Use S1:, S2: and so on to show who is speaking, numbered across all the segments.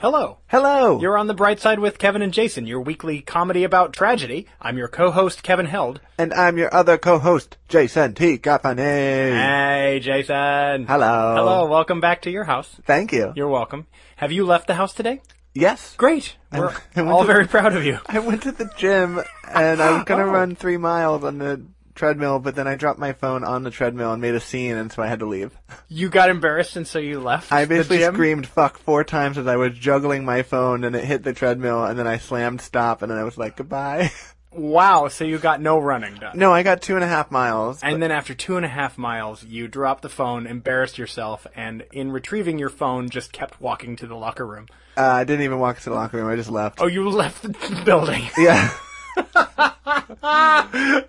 S1: Hello.
S2: Hello.
S1: You're on the bright side with Kevin and Jason, your weekly comedy about tragedy. I'm your co-host Kevin Held.
S2: and I'm your other co-host, Jason T. Gaffney.
S1: Hey, Jason.
S2: Hello.
S1: Hello. Welcome back to your house.
S2: Thank you.
S1: You're welcome. Have you left the house today?
S2: yes.
S1: Great. We're
S2: I went
S1: all
S2: to-
S1: very proud of you.
S2: I went to the gym and I was gonna
S1: Oh.
S2: run three miles on the treadmill, but then I dropped my phone on the treadmill and made a scene, and so I had to leave.
S1: You got embarrassed and so you left.
S2: I
S1: the
S2: basically
S1: gym?
S2: screamed "fuck" four times as I was juggling my phone, and it hit the treadmill, and then I slammed stop, and then I was like, "Goodbye."
S1: Wow. So you got no running done.
S2: no, I got two and a half miles.
S1: And then after two and a half miles, you dropped the phone, embarrassed yourself, and in retrieving your phone, just kept walking to the locker room.
S2: Uh, I didn't even walk to the locker room. I just left.
S1: Oh, you left the building.
S2: Yeah.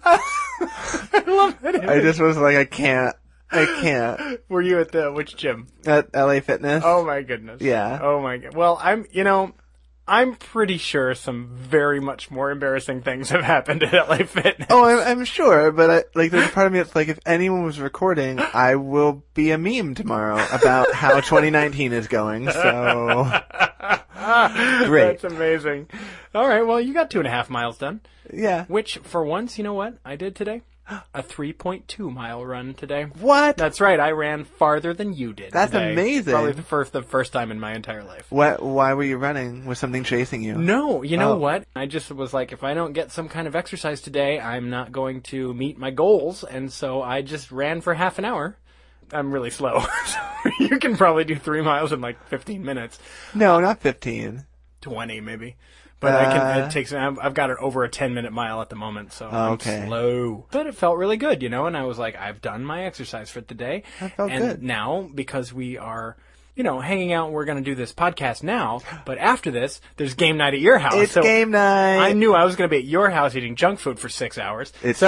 S1: I love it.
S2: I just was like, I can't. I can't.
S1: Were you at the which gym?
S2: At LA Fitness.
S1: Oh my goodness.
S2: Yeah.
S1: Oh my god. Well, I'm, you know, I'm pretty sure some very much more embarrassing things have happened at LA Fitness.
S2: Oh, I'm, I'm sure, but I, like, there's a part of me that's like, if anyone was recording, I will be a meme tomorrow about how 2019 is going. So, Oh, great.
S1: That's amazing. All right. Well, you got two and a half miles done,
S2: yeah.
S1: which for once, you know what I did today? A 3.2 mile run today.
S2: What?
S1: That's right. I ran farther than you did.
S2: That's
S1: today.
S2: amazing.
S1: Probably the first, the first time in my entire life.
S2: What? Why were you running? Was something chasing you?
S1: No, you know
S2: Oh.
S1: what? I just was like, if I don't get some kind of exercise today, I'm not going to meet my goals. And so I just ran for half an hour. I'm really slow. So you can probably do three miles in like 15 minutes,
S2: No, not 15.
S1: 20 maybe. But I can,
S2: Uh.
S1: it takes, I've, I've got it over a 10 minute mile at the moment, so
S2: Okay.
S1: I'm slow. But it felt really good, you know, and I was like, I've done my exercise for today. That
S2: felt
S1: and
S2: good.
S1: now, because we are, you know, hanging out, we're going to do this podcast now, but after this, there's game night at your house.
S2: It's
S1: Oh, so
S2: game night.
S1: I knew I was going to be at your house eating junk food for six hours.
S2: It's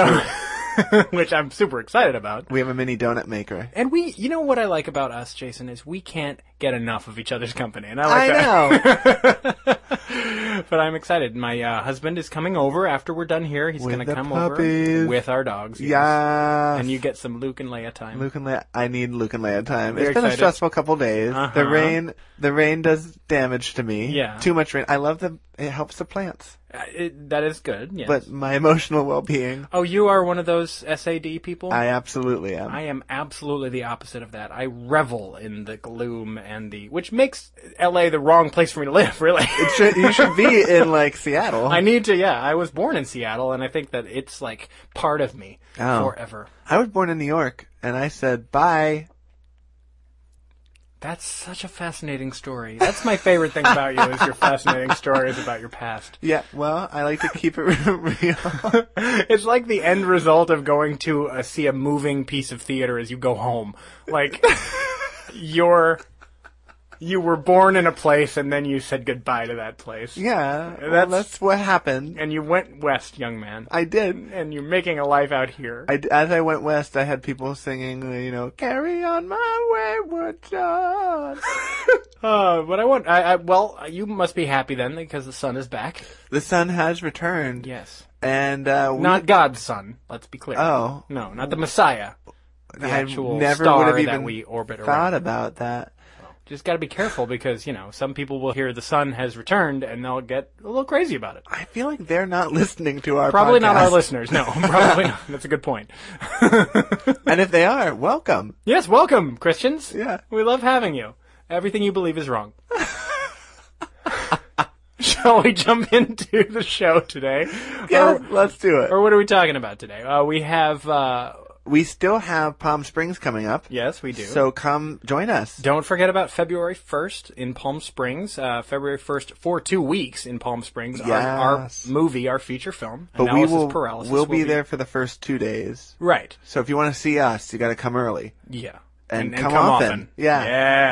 S1: which I'm super excited about.
S2: we have a mini donut maker.
S1: And we, you know what I like about us, Jason, is we can't get enough of each other's company, and I like
S2: I
S1: that.
S2: know.
S1: But I'm excited. My uh, husband is coming over after we're done here. He's
S2: With
S1: going to
S2: the
S1: come over
S2: puppies.
S1: with our dogs. yes.
S2: yeah.
S1: And you get some Luke and Leia time.
S2: Luke and Leia, I need Luke and Leia time.
S1: You're
S2: it's been
S1: excited.
S2: a stressful couple days.
S1: Uh-huh.
S2: The rain, the rain does damage to me.
S1: Yeah.
S2: Too much rain. I love the, it helps the plants.
S1: Uh, it- that is good. Yes.
S2: But my emotional well-being,
S1: oh, you are one of those SAD people.
S2: I absolutely am.
S1: I am absolutely the opposite of that. I revel in the gloom and the, which makes LA the wrong place for me to live, really.
S2: It should- you should be in like Seattle.
S1: I
S2: I,
S1: need to, yeah. I was born in Seattle, and I think that it's like part of me
S2: Oh.
S1: forever.
S2: was born in New York and I said bye.
S1: That's such a fascinating story. That's my favorite thing about you is your fascinating stories about your past.
S2: Yeah. Well, I like to keep it real.
S1: It's like the end result of going to uh, see a moving piece of theater as you go home. Like you're you were born in a place and then you said goodbye to that place.
S2: yeah. Well,
S1: That's-
S2: that's, what happened.
S1: And you went west, young man.
S2: I did.
S1: and you're making a life out here.
S2: I, as I went west, I had people singing, you know, "Carry on my wayward child."
S1: Uh, but I want. I, I well, you must be happy then because the sun is back.
S2: The sun has returned.
S1: Yes,
S2: And uh, we,
S1: not God's son. Let's be clear.
S2: Oh.
S1: no, not the Messiah. The
S2: I
S1: actual
S2: never
S1: star
S2: would've
S1: that
S2: even
S1: we orbit
S2: thought
S1: around.
S2: about that.
S1: Just got to be careful because you know some people will hear the sun has returned and they'll get a little crazy about it.
S2: I feel like they're not listening to our
S1: Probably not our
S2: podcast.
S1: listeners. No, probably not. That's a good point.
S2: And if they are, welcome.
S1: yes, welcome Christians.
S2: Yeah.
S1: we love having you. Everything you believe is wrong. Shall we jump into the show today?
S2: Yeah,
S1: Or-
S2: let's do it.
S1: Or what are we talking about today? Uh, we have, uh,
S2: We still have Palm Springs coming up.
S1: yes, we do.
S2: So come join us.
S1: don't forget about February 1st in Palm Springs. Uh, February 1st for two weeks in Palm Springs. Our, our
S2: Yes.
S1: movie, our feature film,
S2: But we
S1: Analysis
S2: will
S1: Paralysis.
S2: we'll be, there for the first two days.
S1: Right.
S2: So if you want to see us, you got to come early.
S1: Yeah.
S2: and,
S1: and
S2: come, often. Yeah.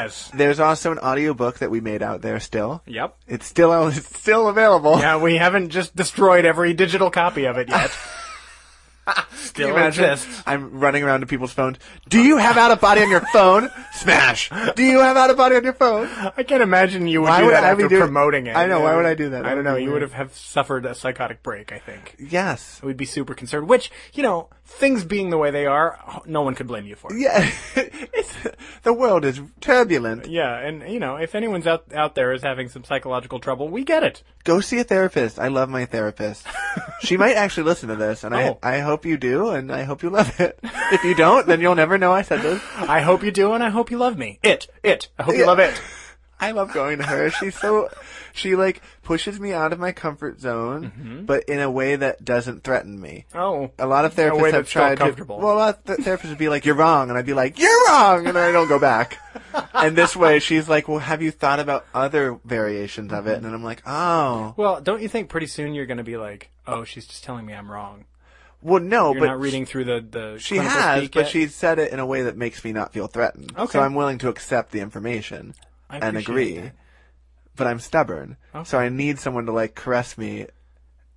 S1: Yes.
S2: There's also an audiobook that we made out there still.
S1: Yep.
S2: It's still out- it's still available.
S1: Yeah, we haven't just destroyed every digital copy of it yet.
S2: Can you
S1: Still
S2: imagine?
S1: exists.
S2: I'm running around to people's phones. Do you have out of body on your phone? Smash. Do you have out of body on your phone?
S1: I can't imagine you would
S2: Why
S1: do
S2: would
S1: that
S2: I be
S1: after
S2: doing-
S1: promoting it.
S2: I know, why
S1: Yeah.
S2: would I do that?
S1: I
S2: That would
S1: don't know.
S2: be
S1: You would
S2: weird.
S1: have, have suffered a psychotic break, I think.
S2: Yes.
S1: We'd be super concerned, which, you know, things being the way they are, no one could blame you for it.
S2: Yeah. it's, the world is turbulent.
S1: Yeah, and you know, if anyone's out out there is having some psychological trouble, we get it.
S2: Go see a therapist. I love my therapist. she might actually listen to this, and
S1: Oh.
S2: I, I hope you do, and I hope you love it. If you don't, then you'll never know I said this.
S1: I hope you do, and I hope you love me. It, it. I hope you love it.
S2: I love going to her. She's so she like pushes me out of my comfort zone, but in a way that doesn't threaten me.
S1: Oh,
S2: A lot of therapists
S1: way
S2: have
S1: that's felt
S2: tried to.
S1: comfortable.
S2: Well, a lot of th- therapists would be like, "You're wrong," and I'd be like, "You're wrong," and I don't go back. and this way, she's like, "Well, have you thought about other variations of
S1: Mm-hmm.
S2: it?" And then I'm like, "Oh,
S1: well, don't you think pretty soon you're going to be like, oh, she's just telling me I'm wrong.
S2: well, no,
S1: You're
S2: but
S1: not reading through the the.
S2: she
S1: clinical
S2: has,
S1: speak
S2: but
S1: yet?
S2: she said it in a way that makes me not feel threatened.
S1: Okay.
S2: So I'm willing to accept the information
S1: I
S2: and
S1: appreciate
S2: agree,
S1: that.
S2: but I'm stubborn, so I need someone to like caress me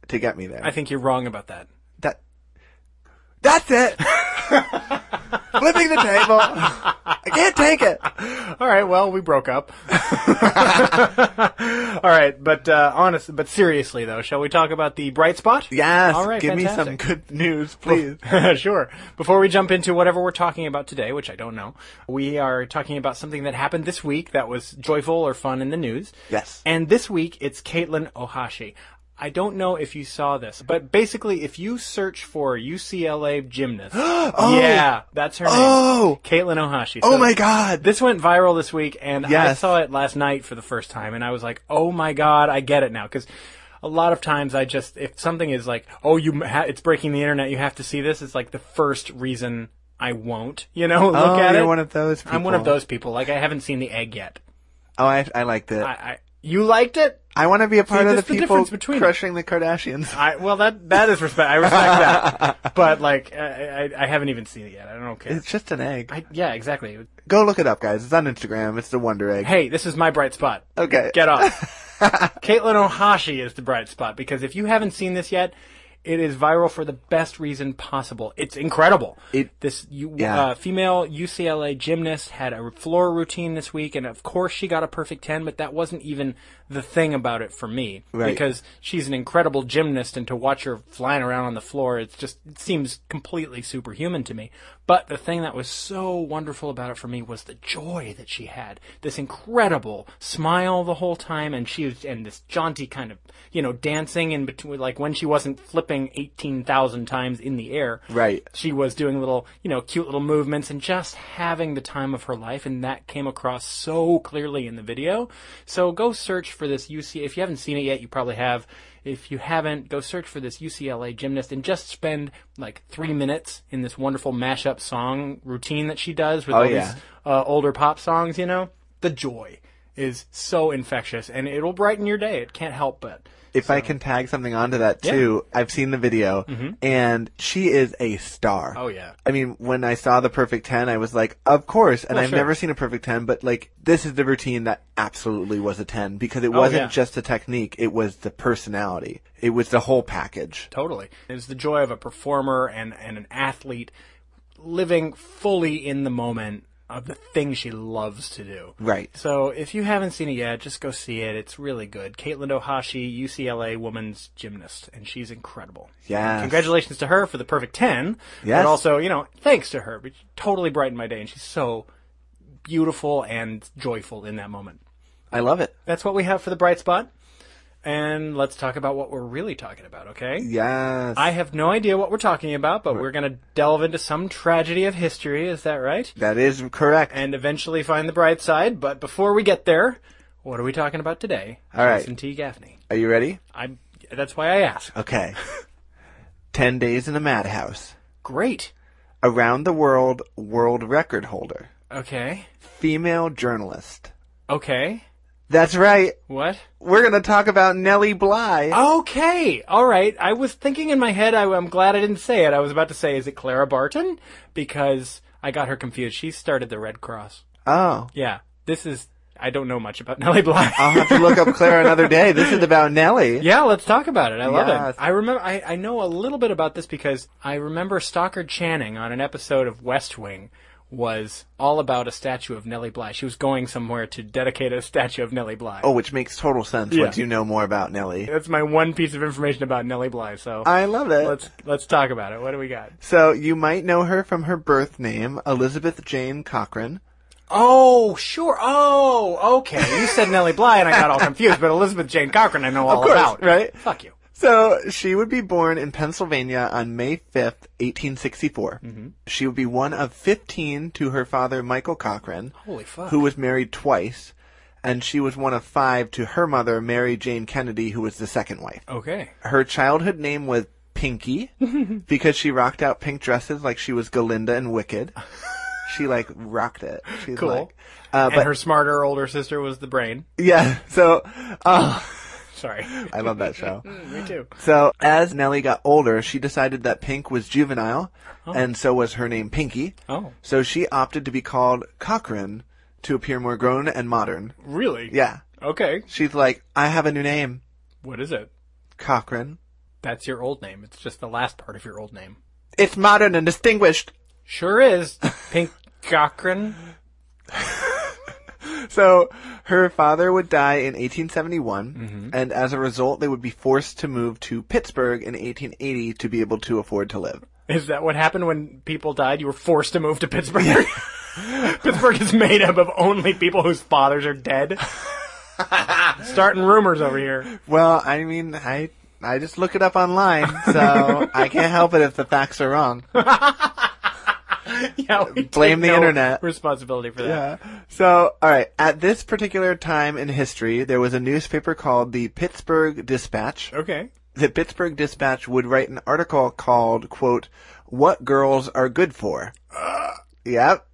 S2: to get me there.
S1: I think you're wrong about that.
S2: that that's it. Flipping the table. I can't take it.
S1: All right, well, we broke up. All right, but uh, honest, but seriously though, shall we talk about the bright spot?
S2: Yes.
S1: All right,
S2: give
S1: fantastic.
S2: me some good news, please.
S1: sure. Before we jump into whatever we're talking about today, which I don't know, we are talking about something that happened this week that was joyful or fun in the news.
S2: Yes.
S1: And this week it's Caitlin Ohashi. I don't know if you saw this, but basically, if you search for UCLA gymnast, yeah, that's her
S2: Oh!
S1: name, Caitlin Ohashi.
S2: oh
S1: So
S2: my god.
S1: This went viral this week, and I
S2: Yes.
S1: saw it last night for the first time, and I was like, "Oh my god, I get it now." Because a lot of times, I just if something is like, "Oh, you ha- it's breaking the internet, you have to see this," it's like the first reason I won't, you know, look
S2: oh,
S1: at
S2: you're
S1: it.
S2: one of those people.
S1: I'm one of those people. Like I haven't seen the egg yet.
S2: Oh, I, I liked it.
S1: I,
S2: I,
S1: I you liked it?
S2: want to be a part of the
S1: that's the
S2: people
S1: difference between-
S2: crushing the Kardashians.
S1: I well that that is respect. I respect that, but like I, I I haven't even seen it yet. I don't care.
S2: It's just an egg.
S1: I, yeah, exactly.
S2: Go look it up, guys. It's on Instagram. It's the Wonder Egg.
S1: Hey, this is my bright spot.
S2: Okay.
S1: Get off. Caitlin Ohashi is the bright spot because if you haven't seen this yet, it is viral for the best reason possible. It's incredible.
S2: It-
S1: this you,
S2: yeah.
S1: uh, female UCLA gymnast had a floor routine this week, and of course she got a perfect ten. But that wasn't even the thing about it for me
S2: Right.
S1: because she's an incredible gymnast, and to watch her flying around on the floor, it's just it seems completely superhuman to me. But the thing that was so wonderful about it for me was the joy that she had, this incredible smile the whole time, and she was and this jaunty kind of you know dancing in between, like when she wasn't flipping eighteen thousand times in the air,
S2: Right.
S1: she was doing little, you know, cute little movements and just having the time of her life, and that came across so clearly in the video. So go search for this UC. If you haven't seen it yet, you probably have. If you haven't, go search for this UCLA gymnast and just spend like three minutes in this wonderful mashup song routine that she does with all
S2: yeah.
S1: these uh, older pop songs. You know, the joy is so infectious, and it'll brighten your day. It can't help but.
S2: If I can tag something onto that too, I've seen the video,
S1: Mm-hmm.
S2: and she is a star.
S1: Oh yeah.
S2: I mean, when I saw the perfect 10, I was like, of course. And
S1: Well,
S2: I've
S1: sure.
S2: never seen a perfect 10, but like, this is the routine that absolutely was a 10 because it wasn't
S1: Oh, yeah.
S2: just the technique. It was the personality. It was the whole package.
S1: Totally. It's the joy of a performer and, and an athlete living fully in the moment of the thing she loves to do.
S2: Right.
S1: So if you haven't seen it yet, just go see it. It's really good. Caitlin Ohashi, UCLA woman's gymnast, and she's incredible.
S2: Yes.
S1: Congratulations to her for the perfect 10.
S2: Yes.
S1: But also, you know, thanks to her. It totally brightened my day, and she's so beautiful and joyful in that moment.
S2: I love it.
S1: That's what we have for the bright spot. And let's talk about what we're really talking about, okay?
S2: Yes.
S1: I have no idea what we're talking about, but we're going to delve into some tragedy of history, is that right?
S2: that is correct.
S1: And eventually find the bright side, but before we get there, what are we talking about today?
S2: All right.
S1: Jason T. Gaffney.
S2: Are you ready?
S1: I that's why I asked.
S2: Okay. 10 days in a madhouse.
S1: Great.
S2: Around the world world record holder.
S1: Okay.
S2: Female journalist.
S1: Okay.
S2: That's right.
S1: What?
S2: We're going to talk about Nellie Bly.
S1: Okay. All right. I was thinking in my head. I, I'm glad I didn't say it. I was about to say, is it Clara Barton? Because I got her confused. She started the Red Cross.
S2: Oh.
S1: Yeah. This is I don't know much about Nellie Bly.
S2: I'll have to look up Claire another day. This is about Nellie.
S1: Yeah, let's talk about it. I love
S2: Yes.
S1: it. I remember I, I know a little bit about this because I remember Stockard Channing on an episode of West Wing was all about a statue of Nellie Bly. She was going somewhere to dedicate a statue of Nellie Bly.
S2: Oh, which makes total sense
S1: Yeah.
S2: once you know more about Nellie.
S1: That's my one piece of information about Nellie Bly, so
S2: I love it.
S1: let's let's talk about it. What do we got?
S2: So you might know her from her birth name, Elizabeth Jane Cochran.
S1: Oh, sure. Oh, okay. You said Nellie Bly and I got all confused, but Elizabeth Jane Cochran I know all
S2: course,
S1: about.
S2: right?
S1: Fuck you.
S2: So she would be born in Pennsylvania on May 5th, 1864.
S1: Mm-hmm.
S2: She would be one of 15 to her father, Michael Cochran,
S1: Holy fuck.
S2: who was married twice, and she was one of five to her mother, Mary Jane Kennedy, who was the second wife.
S1: Okay.
S2: Her childhood name was Pinky because she rocked out pink dresses like she was Galinda and Wicked. She like rocked it. She's
S1: Cool.
S2: Like, uh,
S1: and
S2: but
S1: her smarter older sister was the brain.
S2: yeah, so uh,
S1: Sorry.
S2: I love that show.
S1: Me too.
S2: So as Nellie got older, she decided that Pink was juvenile, and so was her name Pinky.
S1: Oh.
S2: So she opted to be called Cochran to appear more grown and modern.
S1: Really?
S2: Yeah,
S1: Okay.
S2: she's like, I have a new name,
S1: What is it?
S2: Cochran.
S1: That's your old name. It's just the last part of your old name.
S2: It's modern and distinguished.
S1: Sure is. Pink Cochran.
S2: So her father would die in 1871, and as a result, they would be forced to move to Pittsburgh in 1880 to be able to afford to live.
S1: Is that what happened when people died? You were forced to move to Pittsburgh? Pittsburgh is made up of only people whose fathers are dead. Starting rumors over here.
S2: Well, I mean, I I just look it up online, so I can't help it if the facts are wrong.
S1: Yeah, we take
S2: Blame the
S1: no
S2: internet.
S1: Responsibility for that.
S2: Yeah. So, all right, at this particular time in history, there was a newspaper called the Pittsburgh Dispatch.
S1: Okay.
S2: The Pittsburgh Dispatch would write an article called, quote, What Girls Are Good For. yep.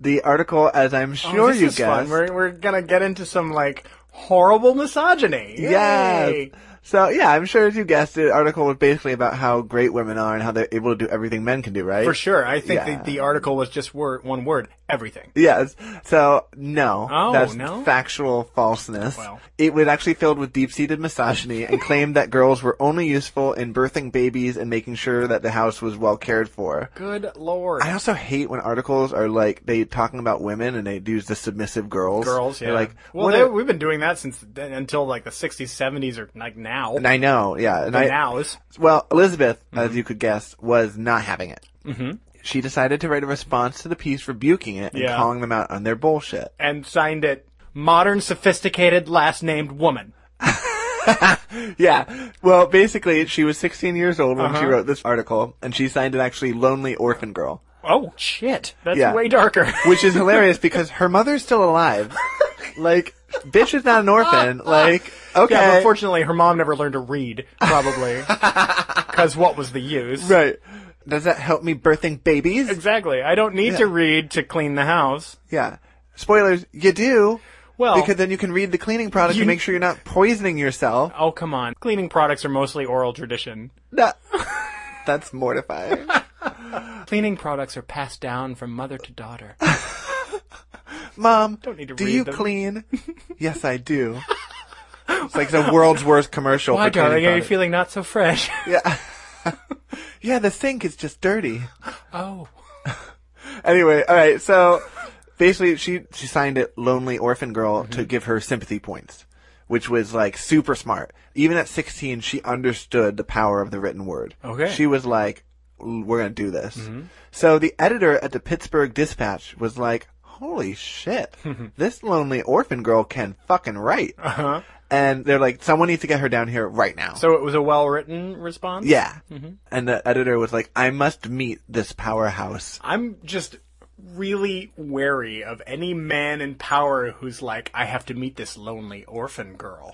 S2: The article, as I'm sure
S1: Oh, this
S2: you
S1: is fun.
S2: guessed.
S1: We're, we're gonna get into some like horrible misogyny.
S2: Yes.
S1: Yay.
S2: So, yeah, I'm sure as you guessed, the article was basically about how great women are and how they're able to do everything men can do, right?
S1: For sure. I think
S2: Yeah.
S1: the, the article was just word, one word. Everything.
S2: Yes. So no,
S1: Oh,
S2: that's
S1: no?
S2: factual falseness.
S1: Well.
S2: It was actually filled with deep-seated misogyny and claimed that girls were only useful in birthing babies and making sure that the house was well cared for.
S1: Good lord.
S2: I also hate when articles are like they talking about women and they use the submissive girls.
S1: girls. Yeah.
S2: They're like
S1: well,
S2: what
S1: they,
S2: are-
S1: we've been doing that since then- until like the '60s, '70s, or like now.
S2: and I know, yeah. And I,
S1: now Mm-hmm. is
S2: Well, Elizabeth, as you could guess, was not having it. Mm-hmm. She decided to write a response to the piece rebuking it and
S1: Yeah.
S2: calling them out on their bullshit.
S1: and signed it modern, sophisticated, last named woman.
S2: Yeah. Well, basically, she was 16 years old when
S1: Uh-huh.
S2: she wrote this article, and she signed it actually Lonely Orphan Girl,
S1: Oh shit, that's
S2: Yeah.
S1: way darker.
S2: which is hilarious because her mother's still alive. Like, bitch is not an orphan. Like, okay.
S1: Uh, Yeah, but fortunately, her mom never learned to read, probably. Because what was the use?
S2: right. Does that help me birthing babies?
S1: Exactly. I don't need to read to clean the house.
S2: Yeah. Spoilers, you do.
S1: Well,
S2: Because then you can read the cleaning product
S1: You-
S2: and make sure you're not poisoning yourself.
S1: oh come on, cleaning products are mostly oral tradition.
S2: No. That's mortifying.
S1: Cleaning products are passed down from mother to daughter.
S2: Mom,
S1: Don't need to
S2: do
S1: read
S2: you
S1: them.
S2: clean? yes, I do. It's like the world's worst commercial
S1: Why,
S2: for cleaning
S1: darling, are you
S2: products.
S1: feeling not so fresh?
S2: Yeah. yeah, the sink is just dirty.
S1: oh,
S2: Anyway, all right. So basically she she signed it Lonely Orphan Girl
S1: Mm-hmm.
S2: to give her sympathy points, which was like super smart. Even at 16, she understood the power of the written word.
S1: Okay. Mm-hmm.
S2: She was like "L- we're going to do this. So the editor at the Pittsburgh Dispatch was like, "Holy shit. this Lonely Orphan Girl can fucking write." Uh-huh. And they're like, "Someone needs to get her down here right now."
S1: so Mm-hmm. it was a well-written response.
S2: Yeah. And the editor was like, I must meet this powerhouse.
S1: I'm just really wary of any man in power who's like, I have to meet this lonely orphan girl.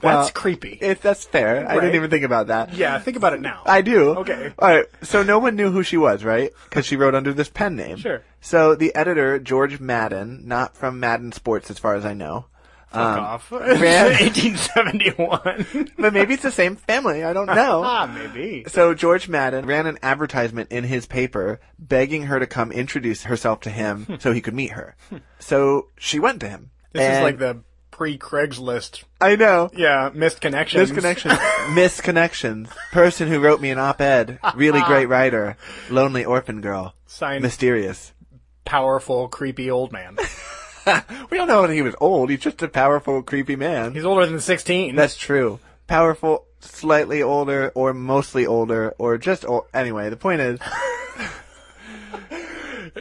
S1: That's creepy.
S2: If that's fair. I
S1: Right.
S2: didn't even think about that.
S1: yeah, think about it now.
S2: I do.
S1: Okay.
S2: All right. So no one knew who she was, right? Because she wrote under this pen name.
S1: Sure.
S2: So the editor, George Madden, not from Madden Sports as far as I know,
S1: Fuck off. 1871.
S2: But maybe it's the same family. I don't know.
S1: ah, maybe.
S2: So George Madden ran an advertisement in his paper begging her to come introduce herself to him so he could meet her. So she went to him.
S1: Hmm. This is
S2: And-
S1: like the pre Craigslist.
S2: I know.
S1: Yeah, missed connections.
S2: Misconnections. Misconnections. Person who wrote me an op-ed. Really great writer. Lonely orphan girl.
S1: Signed,
S2: Mysterious.
S1: powerful, creepy old man.
S2: We don't know that he was old. He's just a powerful, creepy man.
S1: He's older than 16.
S2: That's true. Powerful, slightly older, or mostly older, or just old. Anyway, the point is,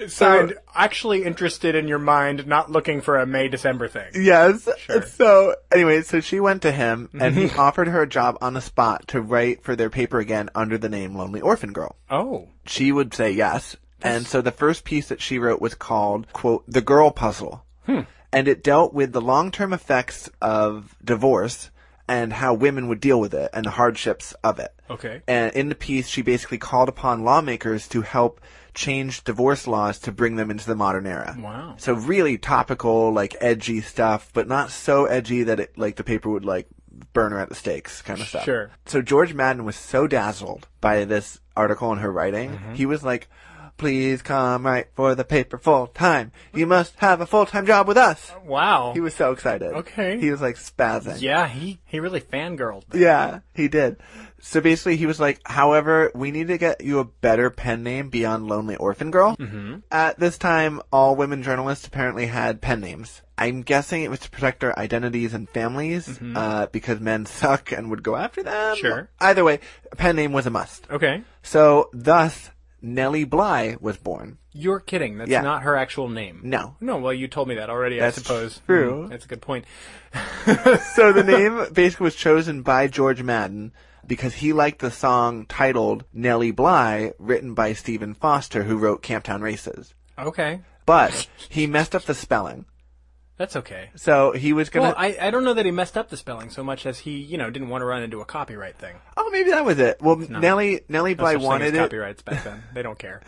S1: Signed, actually interested in your mind, not looking for a May December thing.
S2: yes. So, anyway, so she went to him, and he offered her a job on the spot to write for their paper again under the name Lonely Orphan Girl.
S1: Oh.
S2: She would say yes. And so the first piece that she wrote was called, quote, The Girl Puzzle.
S1: Hmm.
S2: And it dealt with the long term effects of divorce and how women would deal with it and the hardships of it.
S1: Okay.
S2: And in the piece, she basically called upon lawmakers to help change divorce laws to bring them into the modern era.
S1: Wow.
S2: So really topical, like edgy stuff, but not so edgy that it, like the paper would like burn her at the stakes kind of stuff.
S1: Sure.
S2: So George Madden was so dazzled by this article and her writing, he was like, please come write for the paper full time. You must have a full time job with us.
S1: Wow.
S2: He was so excited.
S1: Okay.
S2: He was like spazzing.
S1: yeah, he, he really fangirled.
S2: Yeah, he did. So basically, he was like, however, we need to get you a better pen name beyond Lonely Orphan Girl. Mm-hmm. At this time, all women journalists apparently had pen names. I'm guessing it was to protect their identities and families, uh, because men suck and would go after them.
S1: Sure.
S2: Either way, a pen name was a must.
S1: Okay.
S2: So thus, Nellie Bly was born.
S1: You're kidding. That's
S2: Yeah.
S1: not her actual name.
S2: No.
S1: No, well, you told me that already,
S2: That's
S1: I suppose.
S2: true.
S1: Mm, that's a good point.
S2: so the name basically was chosen by George Madden because he liked the song titled Nellie Bly, written by Stephen Foster, who wrote Camptown Races.
S1: Okay.
S2: But he messed up the spelling.
S1: That's okay.
S2: So he was gonna.
S1: Well, I, I don't know that he messed up the spelling so much as he, you know, didn't want to run into a copyright thing.
S2: oh, maybe that was it. Well, Nellie Nellie
S1: No
S2: Bly
S1: such thing
S2: wanted
S1: as
S2: it.
S1: copyrights back then. They don't care.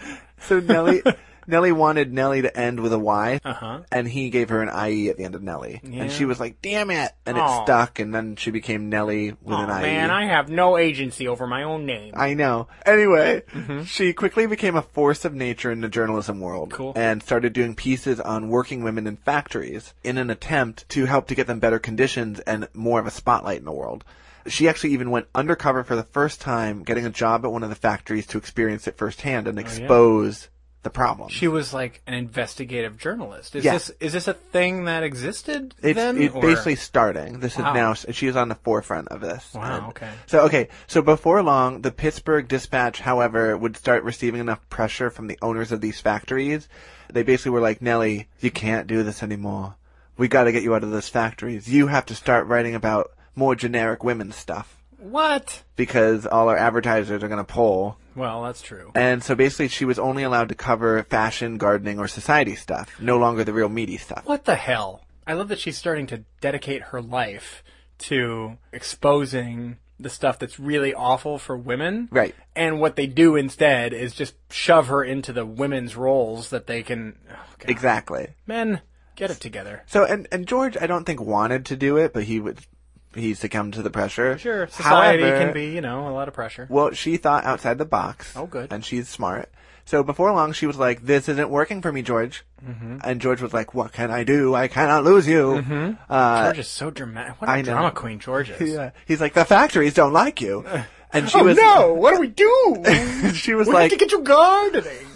S2: So Nellie Nellie wanted Nellie to end with a Y,
S1: Uh-huh.
S2: and he gave her an IE at the end of Nellie, and she was like, "Damn it!" and
S1: Aw.
S2: it stuck, and then she became Nellie
S1: Oh,
S2: with an E. IE.
S1: man, I have no agency over my own name.
S2: I know. Anyway, she quickly became a force of nature in the journalism world
S1: Cool.
S2: and started doing pieces on working women in factories in an attempt to help to get them better conditions and more of a spotlight in the world. She actually even went undercover for the first time, getting a job at one of the factories to experience it firsthand and expose the problem.
S1: she was like an investigative journalist. Is
S2: Yeah.
S1: this is this a thing that existed
S2: It's,
S1: then?
S2: it's
S1: or-
S2: basically starting. This
S1: Wow.
S2: is now, she is on the forefront of this.
S1: Wow,
S2: And
S1: okay.
S2: So, okay. So before long, the Pittsburgh Dispatch, however, would start receiving enough pressure from the owners of these factories. They basically were like, Nellie, you can't do this anymore. We gotta get you out of those factories. You have to start writing about more generic women's stuff
S1: what?
S2: because all our advertisers are gonna pull.
S1: Well, that's true.
S2: And so basically she was only allowed to cover fashion, gardening, or society stuff. No longer the real meaty stuff.
S1: What the hell? I love that she's starting to dedicate her life to exposing the stuff that's really awful for women.
S2: Right.
S1: And what they do instead is just shove her into the women's roles that they can. oh, God.
S2: Exactly.
S1: Men, get it together.
S2: So and and George, I don't think wanted to do it, but he would he succumbed to the pressure.
S1: Sure, society
S2: However,
S1: can be, you know, a lot of pressure.
S2: Well, she thought outside the box.
S1: Oh, good.
S2: And she's smart. So before long, she was like, "This isn't working for me, George."
S1: Mm-hmm.
S2: And George was like, "What can I do? I cannot lose you." Uh,
S1: George is so dramatic. What a
S2: I know.
S1: drama queen George is.
S2: yeah. uh, He's like, "The factories don't like you,"
S1: Oh,
S2: and she was
S1: What do we do?
S2: she was like,
S1: get you gardening.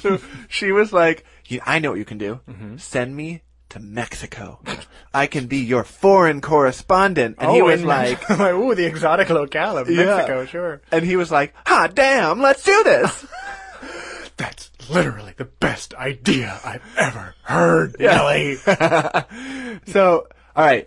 S2: so she was like, "You- "I know what you can do.
S1: Mm-hmm.
S2: Send me." To Mexico, I can be your foreign correspondent, and he
S1: Oh,
S2: was like,
S1: "Ooh, the exotic locale of
S2: Yeah.
S1: Mexico, sure."
S2: And he was like, "Ha, damn, let's do this."
S1: That's literally the best idea I've ever heard, Nelly.
S2: so, all right,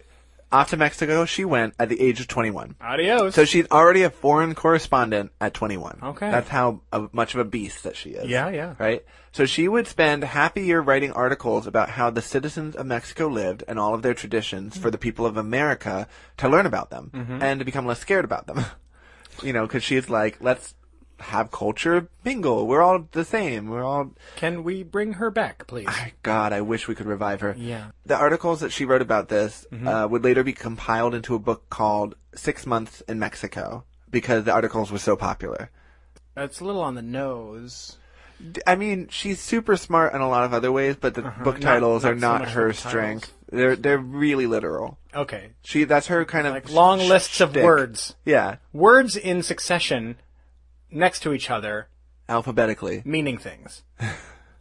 S2: off to Mexico she went at the age of 21.
S1: Adios.
S2: So she's already a foreign correspondent at 21.
S1: Okay.
S2: That's how uh, much of a beast that she is.
S1: Yeah, yeah.
S2: Right? So she would spend half a year writing articles about how the citizens of Mexico lived and all of their traditions for the people of
S1: Mm-hmm.
S2: America to learn about them and to become less scared about them. you know, because she's like, let's have culture mingle. We're all the same. We're all
S1: Can we bring her back, please?
S2: God, I wish we could revive her.
S1: Yeah.
S2: The articles that she wrote about this
S1: Mm-hmm.
S2: uh, would later be compiled into a book called Six Months in Mexico because the articles were so popular.
S1: That's a little on the nose.
S2: D- I mean, she's super smart in a lot of other ways, but the book
S1: Uh-huh. Not-
S2: titles
S1: not
S2: are
S1: so
S2: not
S1: much
S2: her
S1: the titles.
S2: strength. They're they're really literal.
S1: Okay.
S2: She that's her kind of
S1: Like long
S2: sh-
S1: lists of
S2: shtick.
S1: words.
S2: Yeah,
S1: Words in succession next to each other
S2: alphabetically.
S1: meaning things.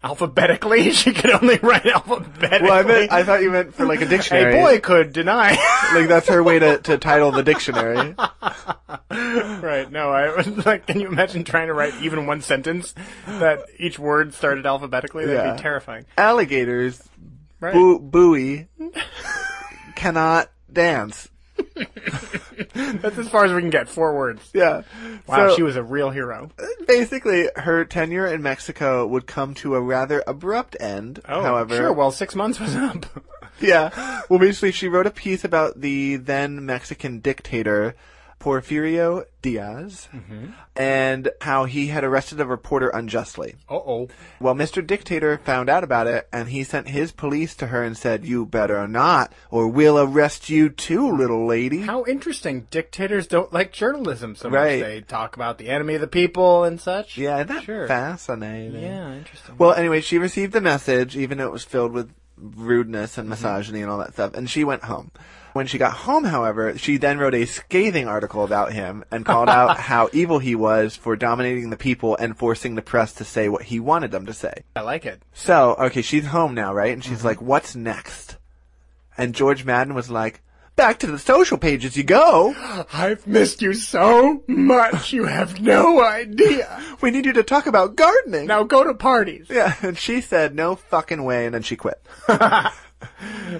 S1: alphabetically? She could only write alphabetically.
S2: Well, I meant I thought you meant for like a
S1: a
S2: dictionary.
S1: boy could deny.
S2: Like that's her way to, to title the dictionary.
S1: right, no, I was like, can you imagine trying to write even one sentence that each word started alphabetically? That'd
S2: Yeah.
S1: be terrifying.
S2: Alligators
S1: Right.
S2: boo- buoy cannot dance.
S1: That's as far as we can get. Four words.
S2: Yeah.
S1: Wow,
S2: So,
S1: she was a real hero.
S2: basically her tenure in Mexico would come to a rather abrupt end.
S1: Oh,
S2: however,
S1: sure. Well, six months was up.
S2: yeah. Well, basically, she wrote a piece about the then Mexican dictator Porfirio Diaz
S1: Mm-hmm.
S2: and how he had arrested a reporter unjustly.
S1: uh oh.
S2: Well, Mr. Dictator found out about it and he sent his police to her and said, "You better not, or we'll arrest you too, little lady."
S1: How interesting. Dictators don't like journalism so much.
S2: Right.
S1: They talk about the enemy of the people and such.
S2: yeah, isn't that
S1: Sure.
S2: fascinating.
S1: Yeah, interesting.
S2: Well, anyway, she received the message, even though it was filled with rudeness and misogyny and all that stuff, and she went home. When she got home, however, she then wrote a scathing article about him and called out how evil he was for dominating the people and forcing the press to say what he wanted them to say.
S1: I like it.
S2: So, okay, she's home now, right? And she's like, what's next? And George Madden was like, back to the social pages you go.
S1: I've missed you so much. You have no idea.
S2: We need you to talk about gardening.
S1: Now go to parties.
S2: Yeah, and she said, no fucking way, and then she quit.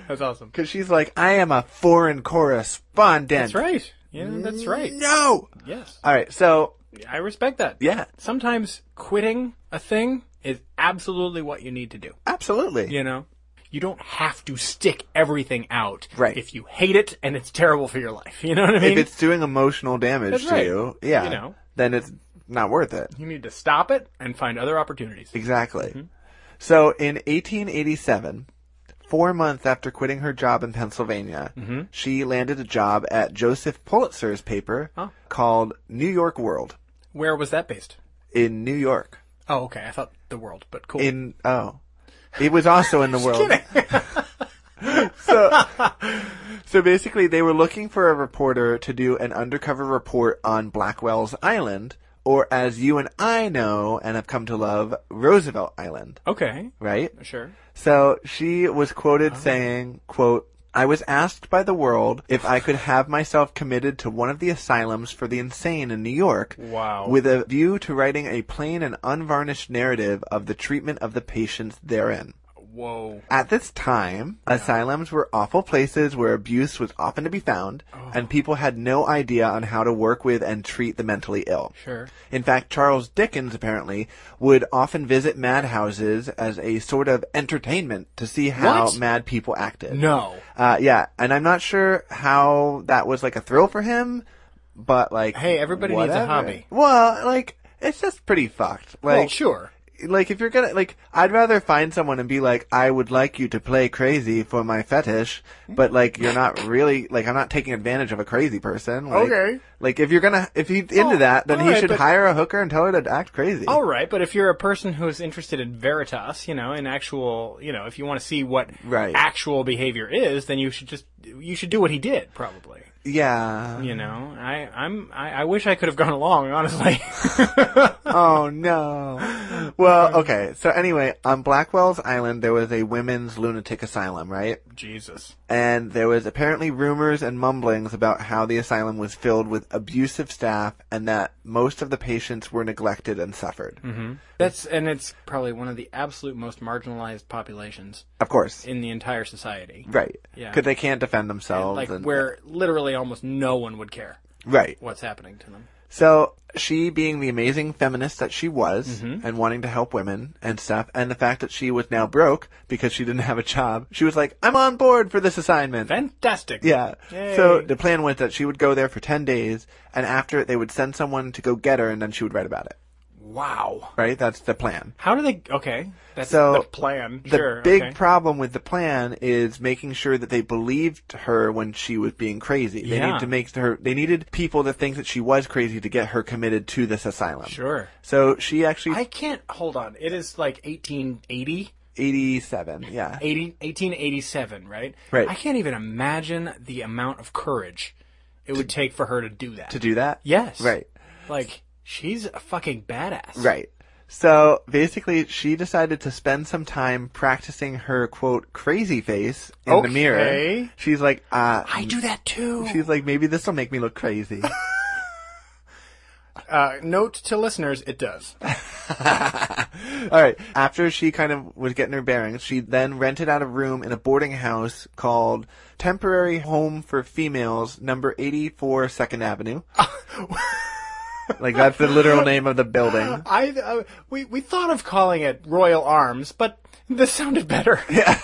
S1: That's awesome.
S2: Because she's like, I am a foreign correspondent.
S1: That's right. Yeah, that's right.
S2: No.
S1: Yes.
S2: All right. So
S1: I respect that.
S2: yeah,
S1: Sometimes quitting a thing is absolutely what you need to do.
S2: absolutely.
S1: You know? You don't have to stick everything out
S2: Right.
S1: if you hate it and it's terrible for your life. You know what I
S2: If
S1: mean?
S2: it's doing emotional damage
S1: That's
S2: to
S1: right.
S2: you, yeah,
S1: You know.
S2: then it's not worth it.
S1: you need to stop it and find other opportunities.
S2: Exactly.
S1: Mm-hmm.
S2: So in 1887, four months after quitting her job in Pennsylvania,
S1: Mm-hmm.
S2: she landed a job at Joseph Pulitzer's paper
S1: Huh.
S2: called New York World
S1: Where was that based?
S2: in New York.
S1: Oh, okay. I thought the world, but cool.
S2: In oh, it was also in the world.
S1: Kidding.
S2: so, so basically, they were looking for a reporter to do an undercover report on Blackwell's Island, or as you and I know and have come to love, Roosevelt Island,
S1: okay.
S2: right?
S1: Sure.
S2: So she was quoted saying, quote, I was asked by the world if I could have myself committed to one of the asylums for the insane in New York
S1: Wow.
S2: with a view to writing a plain and unvarnished narrative of the treatment of the patients therein.
S1: Whoa.
S2: At this time, asylums were awful places where abuse was often to be found,
S1: Oh.
S2: and people had no idea on how to work with and treat the mentally ill.
S1: Sure.
S2: In fact, Charles Dickens apparently would often visit madhouses as a sort of entertainment to see how
S1: What?
S2: mad people acted.
S1: No.
S2: Uh, yeah, and I'm not sure how that was like a thrill for him, but like,
S1: Hey, everybody needs a
S2: whatever.
S1: hobby.
S2: Well, like, it's just pretty fucked. Like,
S1: well, sure.
S2: like if you're gonna like i'd rather find someone and be like i would like you to play crazy for my fetish but like you're not really like i'm not taking advantage of a crazy person like,
S1: Okay. Oh,
S2: like if you're gonna if he's into that then he
S1: alright,
S2: should
S1: but-
S2: hire a hooker and tell her to act crazy
S1: All right, but if you're a person who is interested in veritas, you know, in actual, you know, if you want to see what
S2: Right.
S1: actual behavior is, then you should just you should do what he did, probably.
S2: yeah
S1: You know, I I'm I, I wish I could have gone along, honestly.
S2: oh no well okay so anyway on blackwell's island there was a women's lunatic asylum right
S1: Jesus.
S2: and there was apparently rumors and mumblings about how the asylum was filled with abusive staff and that most of the patients were neglected and suffered.
S1: Mm-hmm. That's and it's probably one of the absolute most marginalized populations
S2: Of course.
S1: in the entire society.
S2: Right.
S1: Yeah.
S2: Because they can't defend themselves.
S1: Like
S2: and-
S1: where literally almost no one would care
S2: Right.
S1: what's happening to them.
S2: So she being the amazing feminist that she was
S1: Mm-hmm.
S2: and wanting to help women and stuff and the fact that she was now broke because she didn't have a job, she was like, I'm on board for this assignment.
S1: Fantastic.
S2: Yeah.
S1: Yay.
S2: So the plan was that she would go there for 10 days and after it they would send someone to go get her and then she would write about it.
S1: Wow.
S2: right? That's the plan.
S1: How do they? Okay, that's
S2: So,
S1: the plan.
S2: The
S1: sure.
S2: big
S1: okay.
S2: problem with the plan is making sure that they believed her when she was being crazy. They
S1: Yeah.
S2: need to make her. They needed people to think that she was crazy to get her committed to this asylum.
S1: Sure.
S2: So she actually
S1: I can't hold on. It is like 1880,
S2: 87. Yeah.
S1: 80, 1887, right?
S2: Right.
S1: I can't even imagine the amount of courage it would take for her to do that.
S2: To do that.
S1: yes.
S2: Right.
S1: Like she's a fucking badass.
S2: Right. So basically, she decided to spend some time practicing her quote crazy face in
S1: Okay.
S2: the mirror. She's like, uh,
S1: I do that too.
S2: she's like, maybe this will make me look crazy.
S1: Uh, note to listeners, it does.
S2: All right. After she kind of was getting her bearings, she then rented out a room in a boarding house called Temporary Home for Females, number 84 Second Avenue. like that's the literal name of the building.
S1: I uh, we we thought of calling it Royal Arms, but this sounded better. Yeah.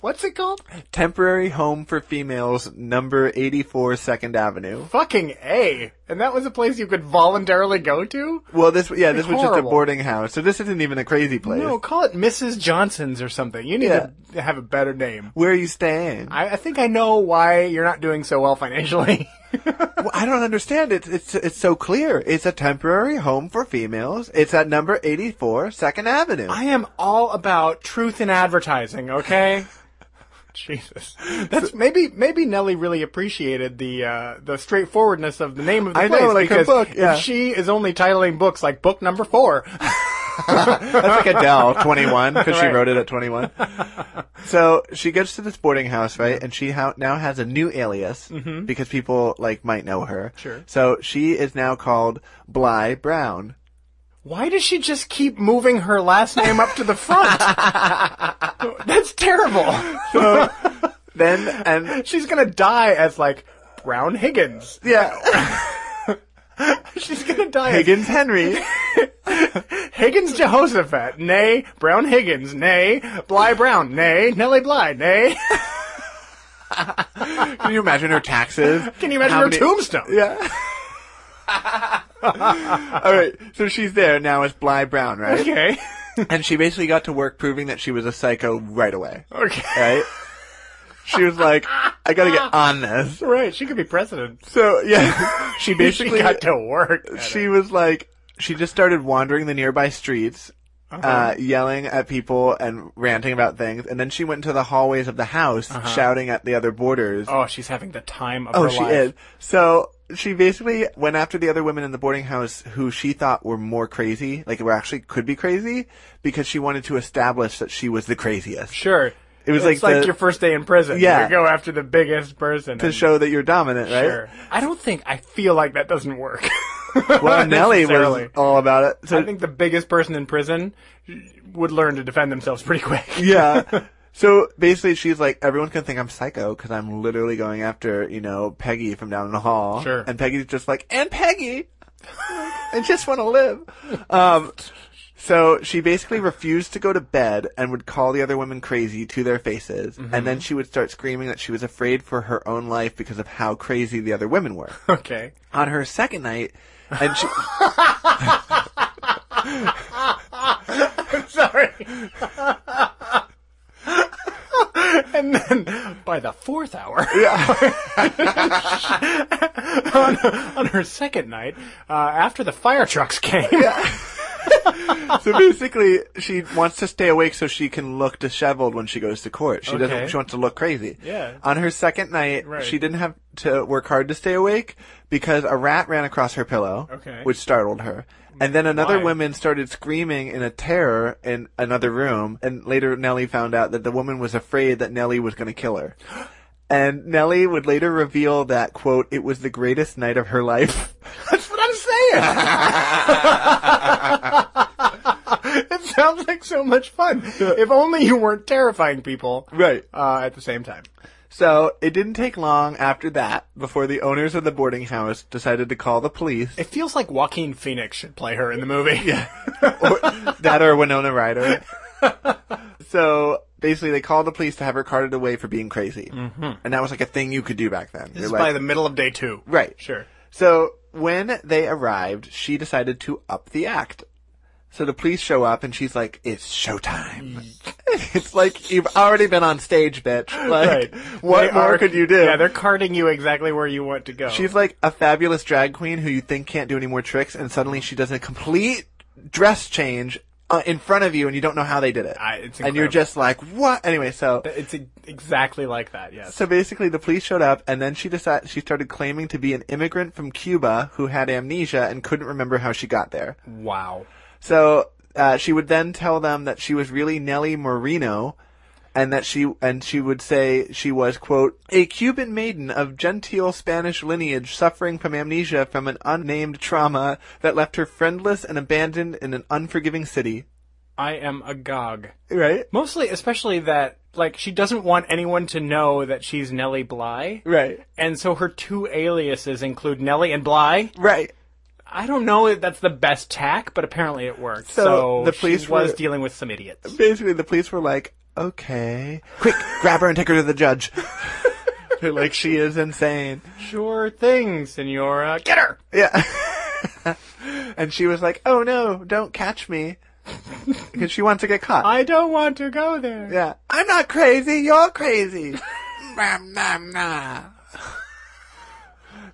S1: What's it called?
S2: Temporary Home for Females, number 84 Second Avenue.
S1: Fucking A. And that was a place you could voluntarily go to?
S2: Well, this yeah, this was just a
S1: Horrible.
S2: boarding house, so this isn't even a crazy place.
S1: No, call it Mrs. Johnson's or something. You need
S2: Yeah.
S1: to have a better name.
S2: Where are you staying? I,
S1: I, I think I know why you're not doing so well financially.
S2: well, I don't understand. It's it's it's so clear. It's a temporary home for females. It's at number 84 Second Avenue.
S1: I am all about truth in advertising, okay? Jesus. That's maybe maybe Nellie really appreciated the uh, the straightforwardness of the name of the
S2: I know,
S1: place
S2: like her
S1: because
S2: book, yeah.
S1: she is only titling books like book number 4.
S2: That's like Adele, 21, because she
S1: Right.
S2: wrote it at 21. So she gets to this boarding house, right? And she ha- now has a new alias because people like might know her.
S1: Mm-hmm. Sure.
S2: So she is now called Bly Brown.
S1: Why does she just keep moving her last name up to the front? That's terrible.
S2: Then and
S1: She's gonna die as like Brown Higgins.
S2: yeah,
S1: She's gonna die
S2: Higgins Henry.
S1: as Higgins Jehoshaphat, nay Brown Higgins, nay Bly Brown, nay Nellie Bly, nay.
S2: Can you imagine her taxes?
S1: Can you imagine
S2: How
S1: her
S2: many-
S1: tombstone?
S2: Yeah. All right, so she's there now as Bly Brown, right?
S1: Okay.
S2: And she basically got to work proving that she was a psycho right away.
S1: Okay.
S2: right? She was like, I gotta get on this.
S1: Right. She could be president.
S2: So yeah, she basically
S1: she got to work. at
S2: she
S1: it.
S2: was like, she just started wandering the nearby streets, uh
S1: Uh-huh.
S2: yelling at people and ranting about things, and then she went into the hallways of the house, shouting at the other boarders.
S1: Uh-huh. Oh, she's having the time of
S2: Oh,
S1: her
S2: she
S1: life.
S2: is. So she basically went after the other women in the boarding house who she thought were more crazy, like were actually could be crazy, because she wanted to establish that she was the craziest.
S1: Sure.
S2: It was
S1: It's
S2: like
S1: like,
S2: the-
S1: your first day in prison.
S2: Yeah.
S1: You go after the biggest person.
S2: To
S1: and-
S2: show that you're dominant, right?
S1: Sure. I don't think I feel like that doesn't work.
S2: Well, Nelly was
S1: Necessarily.
S2: all about it. So
S1: I think the biggest person in prison would learn to defend themselves pretty quick.
S2: yeah. So basically, she's like, everyone's gonna think I'm psycho because I'm literally going after you know Peggy from down in the hall.
S1: Sure.
S2: And Peggy's just like, and Peggy, I just want to live. Um, so she basically refused to go to bed and would call the other women crazy to their faces, and then she would start screaming that she was afraid for her own life because of how crazy the other women were
S1: Okay.
S2: on her second night, and she.
S1: Sorry. and then by the fourth hour, on, on her second night, uh, after the fire trucks came,
S2: so basically, she wants to stay awake so she can look disheveled when she goes to court. She
S1: Okay.
S2: doesn't. She wants to look crazy.
S1: Yeah.
S2: On her second night,
S1: Right.
S2: she didn't have to work hard to stay awake because a rat ran across her pillow,
S1: Okay.
S2: which startled her. And then another
S1: Why?
S2: woman started screaming in a terror in another room. And later, Nellie found out that the woman was afraid that Nellie was going to kill her. And Nellie would later reveal that, quote, it was the greatest night of her life.
S1: that's what I'm saying. it sounds like so much fun. If only you weren't terrifying people
S2: right.
S1: uh, at the same time.
S2: So it didn't take long after that before the owners of the boarding house decided to call the police.
S1: It feels like Joaquin Phoenix should play her in the movie. Yeah.
S2: or, that or Winona Ryder. so basically, they called the police to have her carted away for being crazy, mm-hmm. and that was like a thing you could do back then.
S1: This
S2: You're
S1: is
S2: like-
S1: by the middle of day two.
S2: right.
S1: Sure.
S2: So when they arrived, she decided to up the act. So the police show up and she's like, it's showtime.
S1: Mm.
S2: it's like, you've already been on stage, bitch. Like, what
S1: They
S2: more
S1: are-
S2: could you do?
S1: Yeah, they're carting you exactly where you want to go.
S2: She's like a fabulous drag queen who you think can't do any more tricks, and suddenly she does a complete dress change uh, in front of you, and you don't know how they did it.
S1: I- it's
S2: and you're
S1: incredible.
S2: just like, what? Anyway, so
S1: it's e- exactly like that. Yes.
S2: so basically, the police showed up, and then she decided she started claiming to be an immigrant from Cuba who had amnesia and couldn't remember how she got there.
S1: Wow.
S2: So uh, she would then tell them that she was really Nelly Moreno, and that she and she would say she was quote a Cuban maiden of genteel Spanish lineage, suffering from amnesia from an unnamed trauma that left her friendless and abandoned in an unforgiving city.
S1: I am agog.
S2: Right.
S1: Mostly, especially that, like, she doesn't want anyone to know that she's Nellie Bly.
S2: Right.
S1: And so her two aliases include Nellie and Bly.
S2: Right.
S1: I don't know if that's the best tack, but apparently it worked. So,
S2: So, the police
S1: she was
S2: were-
S1: dealing with some idiots.
S2: Basically, the police were like, "Okay, quick, grab her and take her to the judge." They're like, "She is insane."
S1: Sure thing, Senora. Get her!
S2: Yeah. and she was like, "Oh no, don't catch me." Because she wants to get caught.
S1: I don't want to go there.
S2: yeah. I'm not crazy, you're crazy. Nah, nah, nah.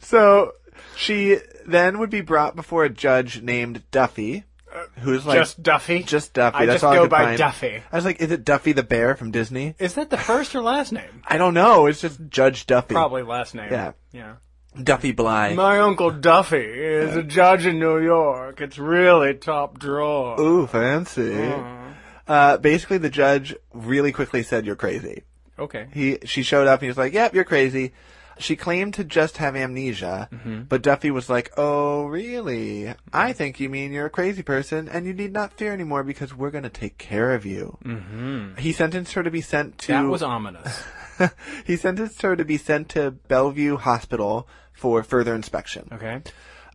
S2: so she then would be brought before a judge named Duffy, who's like
S1: Uh, Just Duffy.
S2: just Duffy.
S1: I
S2: That's
S1: just
S2: all I
S1: go
S2: could
S1: by
S2: find.
S1: Duffy.
S2: I was like, is it Duffy the bear from Disney?
S1: Is that the first or last name?
S2: I don't know. It's just Judge Duffy.
S1: Probably last name.
S2: Yeah.
S1: Yeah.
S2: Duffy Bly.
S1: My uncle Duffy is a judge in New York. It's really top drawer.
S2: Ooh, fancy.
S1: Mm.
S2: Uh, basically, the judge really quickly said, "You're crazy."
S1: Okay.
S2: He she showed up and he was like, "Yep, you're crazy." She claimed to just have amnesia,
S1: Mm-hmm.
S2: but Duffy was like, "Oh, really? I think you mean you're a crazy person, and you need not fear anymore because we're going to take care of you." Mm-hmm. He sentenced her to be sent to.
S1: That was ominous.
S2: he sentenced her to be sent to Bellevue Hospital for further inspection.
S1: Okay.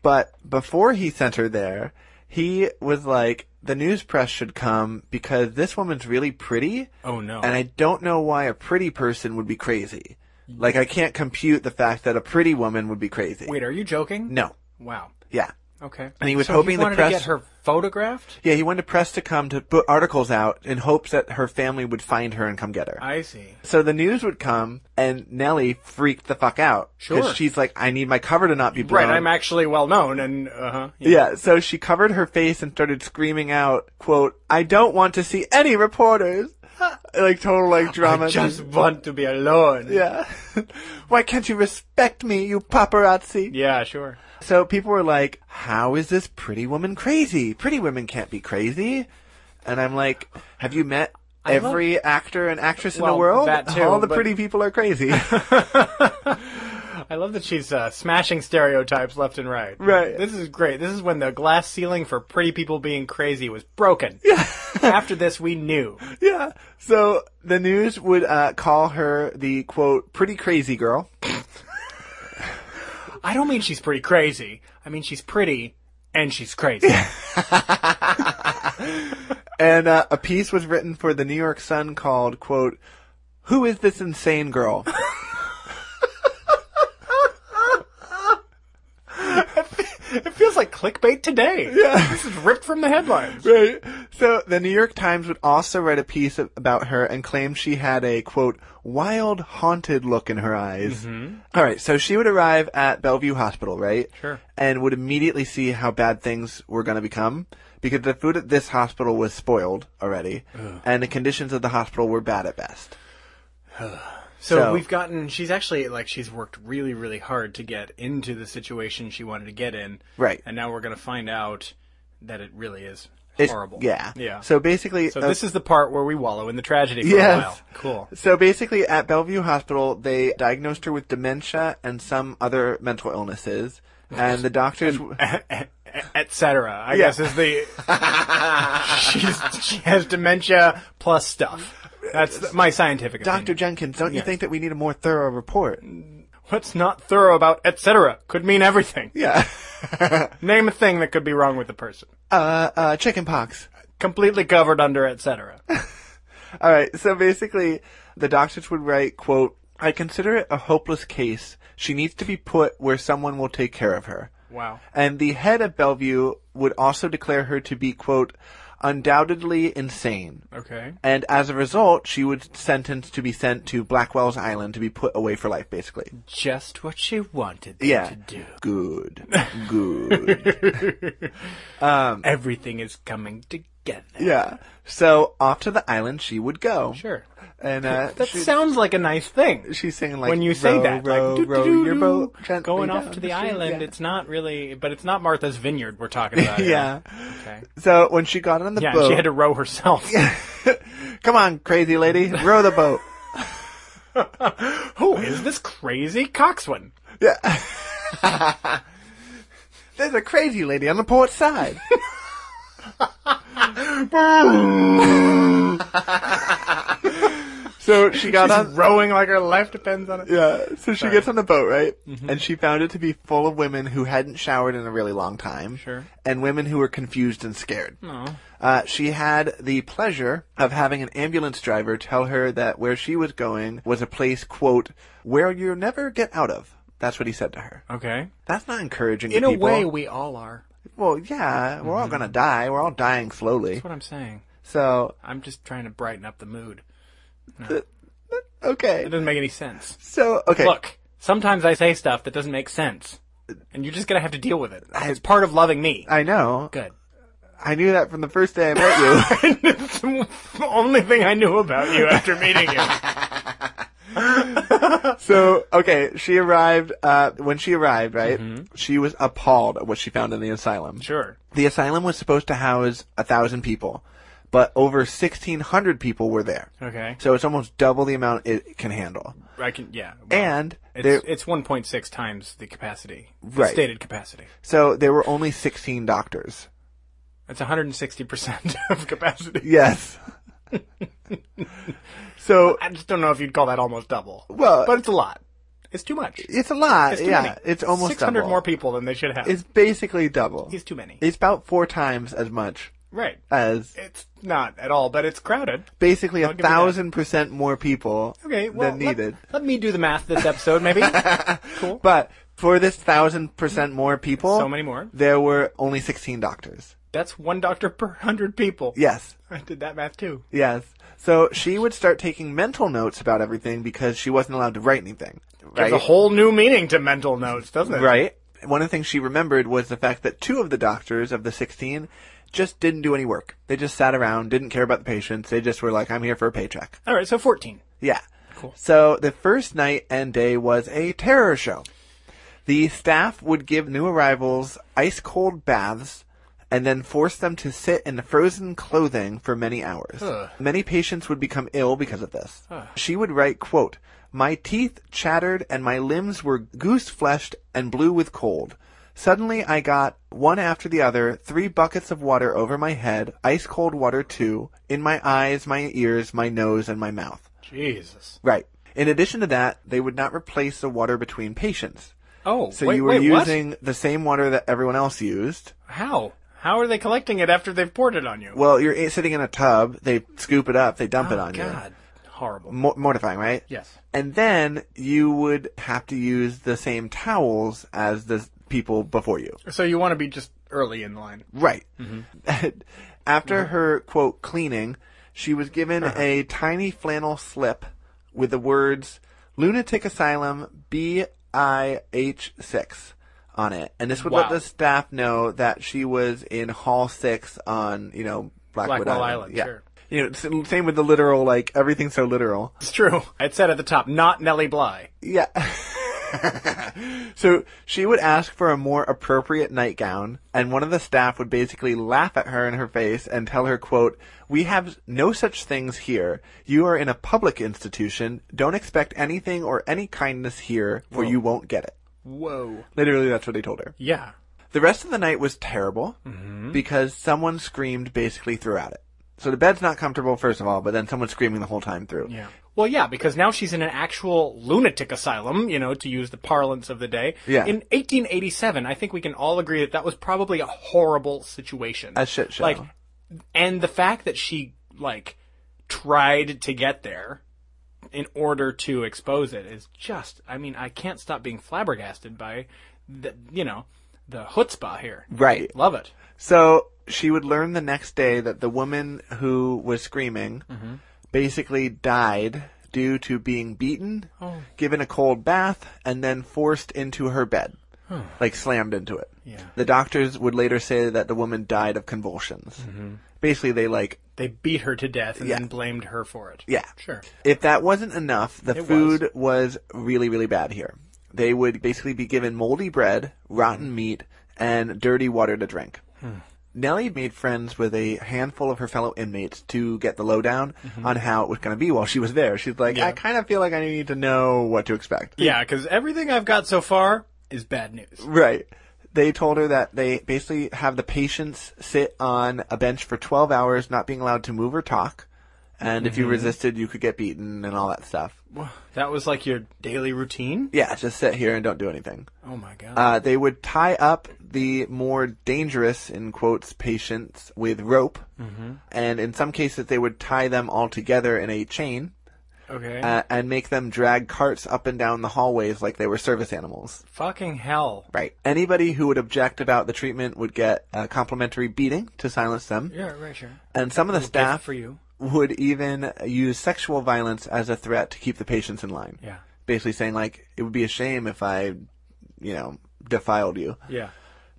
S2: But before he sent her there, he was like, the news press should come because this woman's really pretty.
S1: Oh, no.
S2: And I don't know why a pretty person would be crazy. Like, I can't compute the fact that a pretty woman would be crazy.
S1: Wait, are you joking?
S2: No.
S1: Wow.
S2: Yeah.
S1: Okay.
S2: And he was
S1: So
S2: hoping the
S1: wanted
S2: press-
S1: to get her photographed.
S2: Yeah, he wanted the press to come to put articles out in hopes that her family would find her and come get her.
S1: I see.
S2: So the news would come, and Nellie freaked the fuck out.
S1: Sure.
S2: she's like, I need my cover to not be blown.
S1: Right, I'm actually well known, and uh huh.
S2: Yeah, so she covered her face and started screaming out, quote, I don't want to see any reporters. like total like drama.
S1: I just want to be alone.
S2: yeah. Why can't you respect me, you paparazzi?
S1: Yeah, sure.
S2: So people were like, how is this pretty woman crazy? Pretty women can't be crazy. And I'm like, have you met
S1: love-
S2: every actor and actress in
S1: Well,
S2: the world?
S1: that too,
S2: All the
S1: but-
S2: pretty people are crazy.
S1: I love that she's uh, smashing stereotypes left and right.
S2: Right.
S1: This is great. This is when the glass ceiling for pretty people being crazy was broken. Yeah. After this, we knew.
S2: yeah. So the news would uh, call her the quote, pretty crazy girl.
S1: I don't mean she's pretty crazy. I mean she's pretty and she's crazy.
S2: And uh, a piece was written for the New York Sun called, quote, Who is this insane girl?
S1: It feels like clickbait today. Yeah. This is ripped from the headlines.
S2: right. So the New York Times would also write a piece of, about her and claim she had a, quote, wild, haunted look in her eyes.
S1: Mm-hmm.
S2: All right. So she would arrive at Bellevue Hospital, right?
S1: Sure.
S2: And would immediately see how bad things were going to become because the food at this hospital was spoiled already and the conditions of the hospital were bad at best.
S1: So,
S2: So-
S1: we've gotten. She's actually like she's worked really, really hard to get into the situation she wanted to get in.
S2: Right.
S1: And now we're gonna find out that it really is
S2: It's-
S1: horrible.
S2: Yeah.
S1: Yeah.
S2: So basically,
S1: So
S2: uh,
S1: this is the part where we wallow in the tragedy for a
S2: Yes.
S1: while. Cool.
S2: So basically, at Bellevue Hospital, they diagnosed her with dementia and some other mental illnesses. And the doctors,
S1: Etc. I guess is the she's, she has dementia plus stuff. That's the, my scientific
S2: Dr.
S1: opinion.
S2: Jenkins, don't you
S1: Yes.
S2: think that we need a more thorough report?
S1: What's not thorough about etc. could mean everything.
S2: Yeah.
S1: Name a thing that could be wrong with the person.
S2: uh, uh, chicken pox.
S1: Completely covered under etc.
S2: All right. So basically, the doctors would write, quote, I consider it a hopeless case. She needs to be put where someone will take care of her.
S1: Wow.
S2: And the head of Bellevue would also declare her to be, quote, undoubtedly insane.
S1: Okay.
S2: And as a result, she was sentenced to be sent to Blackwell's Island to be put away for life, basically.
S1: Just what she wanted them
S2: Yeah.
S1: to do.
S2: Good. Good.
S1: Everything is coming together.
S2: Um, yeah. So off to the island she would go.
S1: Sure.
S2: And uh,
S1: That
S2: she-
S1: sounds like a nice thing.
S2: she's singing like
S1: when you say
S2: row,
S1: that,
S2: row,
S1: like
S2: row
S1: "Doo-doo-doo-doo,"
S2: your boat gently
S1: going
S2: down
S1: off to the,
S2: stream."
S1: island.
S2: Yeah.
S1: It's not really, but it's not Martha's Vineyard we're talking about. here.
S2: yeah.
S1: Oh, Okay.
S2: So when she got on the
S1: Yeah, and
S2: boat,
S1: she had to row herself.
S2: come on, crazy lady, row the boat.
S1: Who is this crazy coxswain?
S2: There's a crazy lady on the port side. so she got on.
S1: Rowing like her life depends on it.
S2: Yeah, so she gets on the boat, right?
S1: Mm-hmm.
S2: And she found it to be full of women who hadn't showered in a really long time.
S1: Sure. Hmm.
S2: And women who were confused and scared. Uh, she had the pleasure of having an ambulance driver tell her that where she was going was a place, quote, where you never get out of. That's what he said to her.
S1: Oh, Okay.
S2: That's not encouraging
S1: In
S2: to
S1: a
S2: people.
S1: way, we Mm-hmm. all are.
S2: well, yeah, we're all gonna die. We're all dying slowly.
S1: That's what I'm saying.
S2: So,
S1: I'm just trying to brighten up the mood. It
S2: okay.
S1: doesn't make any sense.
S2: So, okay.
S1: Look, sometimes I say stuff that doesn't make sense, and you're just gonna have to deal with it. It's part of loving me.
S2: I know.
S1: Good.
S2: I knew that from the first day I met you.
S1: it's the only thing I knew about you after meeting you.
S2: So okay, she arrived. Uh, when she arrived, right, she was appalled at what she found in the asylum.
S1: Mm-hmm. Sure.
S2: The asylum was supposed to house a thousand people, but over sixteen hundred people were there.
S1: Okay.
S2: So it's almost double the amount it can handle.
S1: I can. Yeah. well,
S2: And
S1: it's
S2: there,
S1: it's 1.6 times the capacity, the
S2: Right.
S1: stated capacity.
S2: so there were only sixteen doctors.
S1: That's 160 percent of capacity.
S2: Yes. so
S1: I just don't know if you'd call that almost double.
S2: Well-
S1: but it's a lot. It's too much.
S2: it's a lot.
S1: It's too
S2: yeah,
S1: many.
S2: it's almost
S1: 600
S2: double.
S1: more people than they should have.
S2: It's basically double.
S1: He's too many.
S2: It's about four times as much
S1: right.
S2: as
S1: It's not at all, but it's crowded.
S2: basically a
S1: give you that.
S2: thousand percent more people
S1: Okay, well,
S2: than
S1: let-
S2: needed.
S1: Let, me do the math this episode, maybe. cool.
S2: But for this thousand percent more people,
S1: So many more.
S2: There were only sixteen doctors.
S1: That's one doctor per hundred people.
S2: Yes,
S1: I did that math too.
S2: yes. So she would start taking mental notes about everything because she wasn't allowed to write anything. Right.
S1: There's a whole new meaning to mental notes, doesn't it?
S2: right. One of the things she remembered was the fact that two of the doctors of the sixteen just didn't do any work. They just sat around, didn't care about the patients. They just were like, "I'm here for a paycheck."
S1: All right, so 14.
S2: Yeah. So the first night and day was a terror show. The staff would give new arrivals ice cold baths and then force them to sit in frozen clothing for many hours. Many patients would become ill because of this. She would write, quote, my teeth chattered and my limbs were goose fleshed and blue with cold. Suddenly I got, one after the other, three buckets of water over my head, ice cold water too, in my eyes, my ears, my nose, and my mouth.
S1: Jesus.
S2: Right. In addition to that, they would not replace the water between patients.
S1: Oh,
S2: So
S1: wait,
S2: you were
S1: wait, what?
S2: using the same water that everyone else used.
S1: How? How are they collecting it after they've poured it on you?
S2: Well, you're i- sitting in a tub, they scoop it up, they dump it
S1: Oh,
S2: on Mm.
S1: God. Horrible.
S2: you. Mo- mortifying, right?
S1: Yes.
S2: And then you would have to use the same towels as the s- people before you.
S1: So you want to be just early in line.
S2: Right.
S1: Mm-hmm.
S2: After her, quote, cleaning, she was given
S1: Uh-huh.
S2: a tiny flannel slip with the words Lunatic Asylum BIH6 on it. And this would let
S1: Wow.
S2: the staff know that she was in Hall 6 on, you know, Blackwood
S1: Blackwell
S2: Island.
S1: Island,
S2: yeah.
S1: sure.
S2: You know, s- same with the literal, like, everything's so literal.
S1: It's true. It said at the top, not Nellie Bly.
S2: Yeah. so she would ask for a more appropriate nightgown, and one of the staff would basically laugh at her in her face and tell her, quote, We have no such things here. You are in a public institution. Don't expect anything or any kindness here, for you won't get it.
S1: Whoa.
S2: Literally, that's what they told her.
S1: Yeah.
S2: The rest of the night was terrible because someone screamed basically throughout it. So the bed's not comfortable, first of all, but then someone's screaming the whole time through.
S1: Yeah. Well, yeah, because now she's in an actual lunatic asylum, you know, to use the parlance of the day.
S2: Yeah.
S1: In 1887, I think we can all agree that that was probably a horrible situation.
S2: A shit show.
S1: Like, and the fact that she, like, tried to get there in order to expose it is just, I mean, I can't stop being flabbergasted by, the, you know, the chutzpah here.
S2: Right.
S1: Love it.
S2: So she would learn the next day that the woman who was screaming basically died due to being beaten,
S1: Oh.
S2: given a cold bath, and then forced into her bed. Like slammed into it.
S1: Yeah.
S2: The doctors would later say that the woman died of convulsions. Basically, they like
S1: They beat her to death and
S2: Yeah.
S1: then blamed her for it.
S2: yeah.
S1: Sure.
S2: If that wasn't enough, the
S1: It
S2: food was. really, really bad here. They would basically be given moldy bread,
S1: Hmm.
S2: rotten meat, and dirty water to drink. Nellie made friends with a handful of her fellow inmates to get the lowdown on how it was going to be while she was there. She's like,
S1: Mm-hmm. Yeah.
S2: I kind of feel like I need to know what to expect.
S1: Yeah, because everything I've got so far is bad news.
S2: Right. They told her that they basically have the patients sit on a bench for 12 hours, not being allowed to move or talk. And if you
S1: Mm-hmm.
S2: resisted, you could get beaten and all that stuff.
S1: That was like your daily routine?
S2: Yeah, just sit here and don't do anything.
S1: Oh my god.
S2: Uh, they would tie up the more dangerous, in quotes, patients with rope. And in some cases, they would tie them all together in a chain
S1: okay.
S2: uh, and make them drag carts up and down the hallways like they were service animals.
S1: Fucking hell.
S2: Right. Anybody who would object about the treatment would get a complimentary beating to silence them.
S1: Yeah, right, sure.
S2: And some of the
S1: Staff
S2: staff
S1: for you.
S2: would even use sexual violence as a threat to keep the patients in line.
S1: Yeah.
S2: Basically saying, like, it would be a shame if I, you know, defiled you.
S1: Yeah.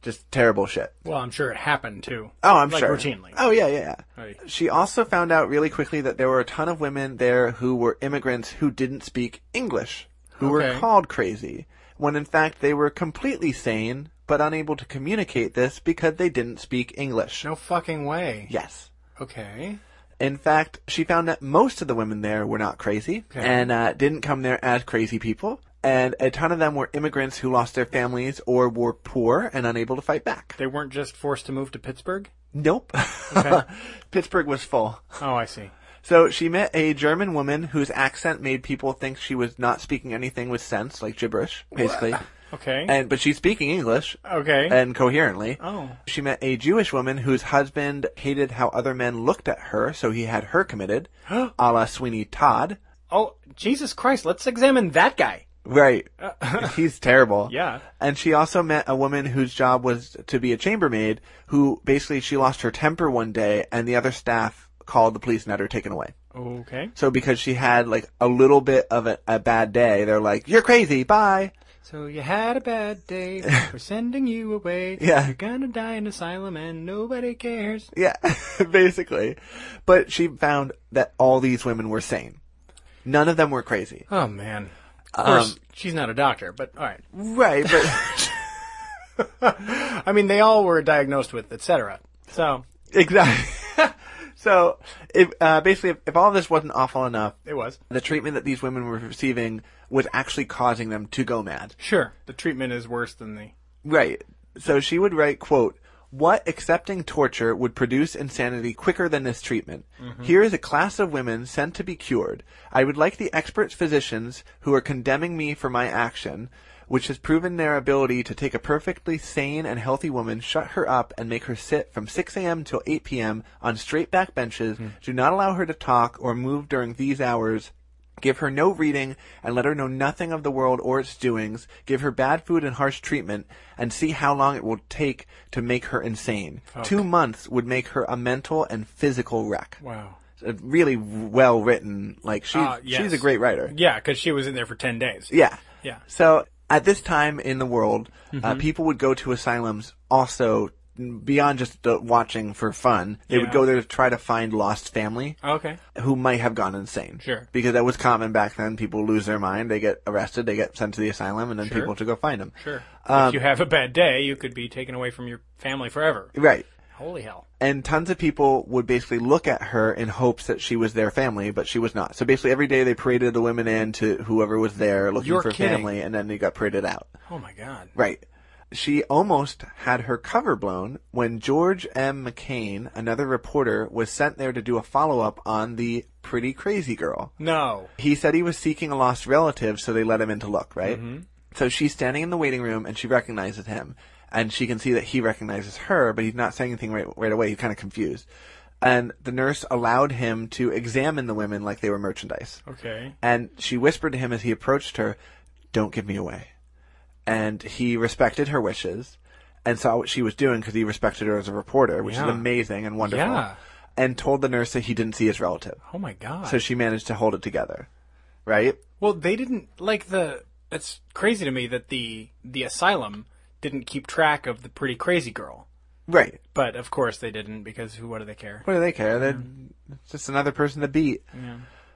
S2: Just terrible shit.
S1: Well, I'm sure it happened too.
S2: Oh, I'm
S1: like
S2: sure.
S1: routinely.
S2: Oh yeah, yeah. yeah.
S1: Right.
S2: She also found out really quickly that there were a ton of women there who were immigrants who didn't speak English, who
S1: Okay.
S2: were called crazy, when in fact they were completely sane but unable to communicate this because they didn't speak English.
S1: No fucking way.
S2: Yes.
S1: Okay.
S2: In fact, she found that most of the women there were not crazy
S1: Okay.
S2: and uh, didn't come there as crazy people. And a ton of them were immigrants who lost their families or were poor and unable to fight back.
S1: They weren't just forced to move to Pittsburgh?
S2: Nope. Pittsburgh was full.
S1: Oh, I see.
S2: So she met a German woman whose accent made people think she was not speaking anything with sense, like gibberish, basically.
S1: Okay.
S2: and but she's speaking English
S1: okay.
S2: and coherently.
S1: oh.
S2: She met a Jewish woman whose husband hated how other men looked at her, so he had her committed, a la Sweeney Todd.
S1: Oh, Jesus Christ, let's examine that guy.
S2: Right. He's terrible.
S1: Yeah.
S2: And she also met a woman whose job was to be a chambermaid who basically she lost her temper one day and the other staff called the police and had her taken away.
S1: Okay.
S2: So because she had like a little bit of a, a bad day, they're like, "You're crazy, bye."
S1: So you had a bad day. We're sending you away.
S2: Yeah.
S1: You're gonna die in asylum and nobody cares.
S2: Yeah, basically. But she found that all these women were sane. None of them were crazy.
S1: Oh man.
S2: Um,
S1: Of course, she's not a doctor, but all right.
S2: Right, but
S1: I mean, they all were diagnosed with etc. So
S2: exactly. so, if, uh, basically, if, if all this wasn't awful enough,
S1: it was
S2: the treatment that these women were receiving was actually causing them to go mad.
S1: sure the treatment is worse than the
S2: Right. So she would write, quote, what accepting torture would produce insanity quicker than this treatment. Here is a class of women sent to be cured. I would like the expert physicians who are condemning me for my action, which has proven their ability to take a perfectly sane and healthy woman, shut her up, and make her sit from 6 a.m. till 8 p.m. on straight back benches, do not allow her to talk or move during these hours, Give her no reading and let her know nothing of the world or its doings. Give her bad food and harsh treatment and see how long it will take to make her insane. Two months would make her a mental and physical wreck.
S1: wow.
S2: Uh, Really well written. Like she's,
S1: Ah, yes.
S2: she's a great writer.
S1: Yeah, because she was in there for ten days.
S2: Yeah.
S1: Yeah. Mm-hmm.
S2: So at this time in the world, uh, people would go to asylums also beyond just uh, watching for fun. They
S1: Yeah.
S2: would go there to try to find lost family
S1: Okay.
S2: who might have gone insane.
S1: Sure.
S2: Because that was common back then. People lose their mind, they get arrested, they get sent to the asylum, and then
S1: Sure.
S2: people to go find them.
S1: Sure.
S2: Um,
S1: if you have a bad day, you could be taken away from your family forever.
S2: Right.
S1: Holy hell.
S2: And tons of people would basically look at her in hopes that she was their family, but she was not. So basically, every day they paraded the women in to whoever was there looking
S1: You're
S2: for
S1: kidding.
S2: family, and then they got paraded out.
S1: Oh my god.
S2: Right. She almost had her cover blown when George M. McCain, another reporter, was sent there to do a follow up on the pretty crazy girl.
S1: No.
S2: He said he was seeking a lost relative, so they let him in to look, right?
S1: Mm-hmm.
S2: So she's standing in the waiting room and she recognizes him. And she can see that he recognizes her, but he's not saying anything right, right away. He's kind of confused. And the nurse allowed him to examine the women like they were merchandise.
S1: Okay.
S2: And she whispered to him as he approached her, Don't give me away. And he respected her wishes. and saw what she was doing because he respected her as a reporter, which
S1: Yeah.
S2: is amazing and wonderful.
S1: Yeah.
S2: And told the nurse that he didn't see his relative.
S1: Oh my god.
S2: So she managed to hold it together. Right?
S1: well, they didn't like the. It's crazy to me that the the asylum didn't keep track of the pretty crazy girl.
S2: Right.
S1: But of course they didn't because who? What do they care?
S2: What do they care? They're just another person to beat.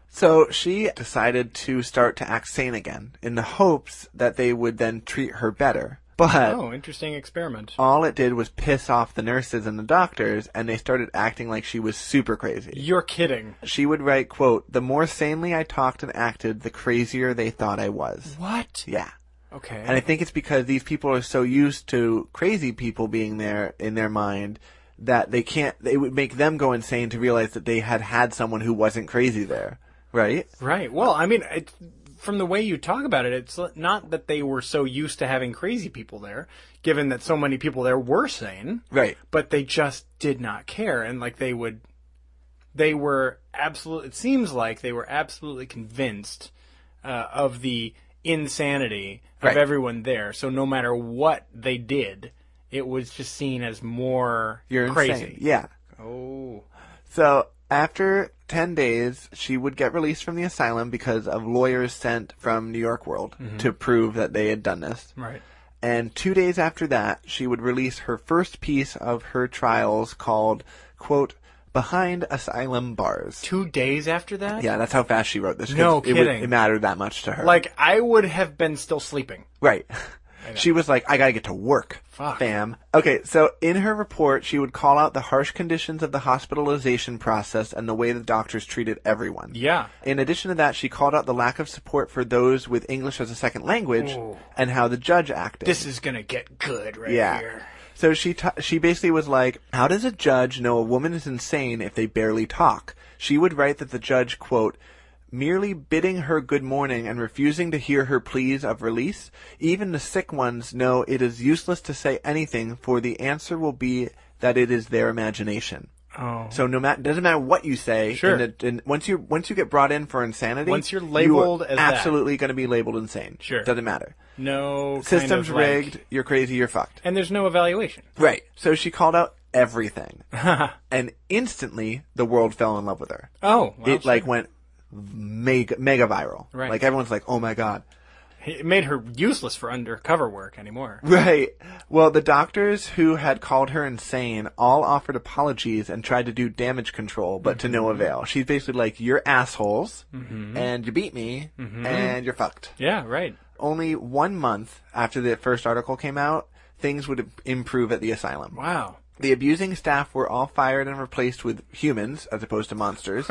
S2: So she decided to start to act sane again in the hopes that they would then treat her better. But
S1: Oh, interesting experiment.
S2: all it did was piss off the nurses and the doctors, and they started acting like she was super crazy.
S1: You're kidding.
S2: She would write, quote, The more sanely I talked and acted, the crazier they thought I was.
S1: What?
S2: Yeah.
S1: Okay.
S2: And I think it's because these people are so used to crazy people being there in their mind that they can't, it would make them go insane to realize that they had had someone who wasn't crazy there. Right?
S1: Right. Well, I mean, it, from the way you talk about it, it's not that they were so used to having crazy people there, given that so many people there were sane,
S2: Right.
S1: but they just did not care. And like they would, they were absolute, it seems like they were absolutely convinced uh, of the insanity of
S2: Right.
S1: everyone there. So no matter what they did, it was just seen as more
S2: You're
S1: crazy.
S2: insane. Yeah.
S1: Oh.
S2: So after 10 days, she would get released from the asylum because of lawyers sent from New York World to prove that they had done this.
S1: Right.
S2: And two days after that, she would release her first piece of her trials called, quote, Behind Asylum Bars.
S1: Two days after that?
S2: Yeah, that's how fast she wrote this. 'cause
S1: No
S2: it, was-
S1: kidding.
S2: it mattered that much to her.
S1: Like I would have been still sleeping.
S2: right. She was like, I gotta get to work,
S1: Fuck.
S2: fam. Okay, so in her report, she would call out the harsh conditions of the hospitalization process and the way the doctors treated everyone.
S1: Yeah.
S2: In addition to that, she called out the lack of support for those with English as a second language and how the judge acted.
S1: This is gonna get good right
S2: yeah.
S1: here.
S2: So she ta she basically was like, "How does a judge know a woman is insane if they barely talk?" She would write that the judge quote merely bidding her good morning and refusing to hear her pleas of release even the sick ones know it is useless to say anything for the answer will be that it is their imagination
S1: Oh.
S2: so no matter doesn't matter what you say
S1: Sure.
S2: and, and once you once you get brought in for insanity
S1: Once you're
S2: you are
S1: labeled as that.
S2: absolutely going to be labeled insane
S1: Sure.
S2: doesn't matter
S1: No.
S2: systems
S1: kind of like-
S2: rigged you're crazy you're fucked
S1: and there's no evaluation.
S2: Right. So she called out everything. and instantly the world fell in love with her.
S1: Oh. Well,
S2: it like went mega mega viral.
S1: Right.
S2: Like everyone's like, "Oh my god."
S1: it made her useless for undercover work anymore.
S2: Right. Well, the doctors who had called her insane all offered apologies and tried to do damage control, but to
S1: Mm-hmm.
S2: no avail. She's basically like, "You're assholes and you beat me
S1: Mm-hmm.
S2: and you're fucked."
S1: Yeah. Right.
S2: Only 1 month after the first article came out, things would improve at the asylum.
S1: Wow.
S2: The abusing staff were all fired and replaced with humans as opposed to monsters.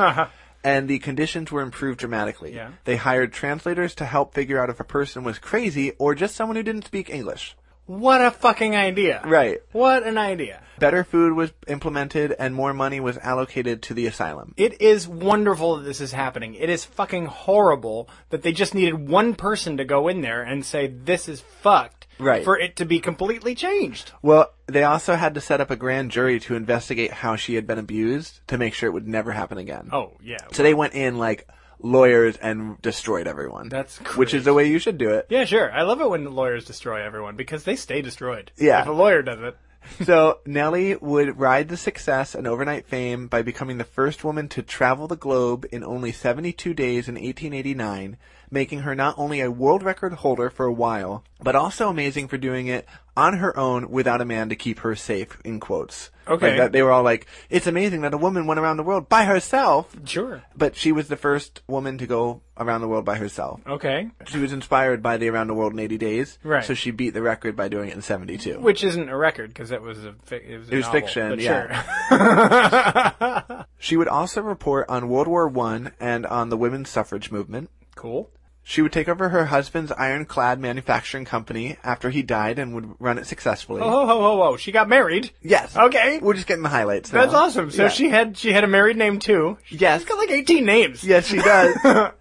S2: and the conditions were improved dramatically.
S1: Uh-huh. Yeah.
S2: They hired translators to help figure out if a person was crazy or just someone who didn't speak English.
S1: What a fucking idea.
S2: Right.
S1: What an idea.
S2: Better food was implemented and more money was allocated to the asylum.
S1: It is wonderful that this is happening. It is fucking horrible that they just needed one person to go in there and say this is fucked
S2: Right.
S1: for it to be completely changed.
S2: Well, they also had to set up a grand jury to investigate how she had been abused to make sure it would never happen again.
S1: Oh yeah.
S2: So they went in like lawyers and destroyed everyone.
S1: That's
S2: which is the way you should do it.
S1: Yeah, sure. I love it when lawyers destroy everyone because they stay destroyed.
S2: Yeah.
S1: If a lawyer does it.
S2: So Nellie would ride the success and overnight fame by becoming the first woman to travel the globe in only 72 days in 1889, making her not only a world record holder for a while, but also amazing for doing it on her own without a man to keep her safe. In quotes.
S1: Okay.
S2: Like that, they were all like, "It's amazing that a woman went around the world by herself."
S1: Sure.
S2: But she was the first woman to go around the world by herself.
S1: Okay.
S2: She was inspired by the Around the World in 80 Days,
S1: Right.
S2: so she beat the record by doing it in 72.
S1: Which isn't a record because that was a fi- it was, a
S2: It was
S1: novel,
S2: fiction,
S1: but
S2: yeah.
S1: Sure.
S2: She would also report on World War I and on the women's suffrage movement.
S1: cool.
S2: She would take over her husband's ironclad manufacturing company after he died and would run it successfully.
S1: Oh ho ho ho ho! She got married.
S2: Yes.
S1: Okay.
S2: We're just getting the highlights.
S1: That's
S2: now.
S1: awesome. So
S2: Yeah.
S1: she had she had a married name too. She's
S2: Yes.
S1: got like eighteen names.
S2: Yes, she does.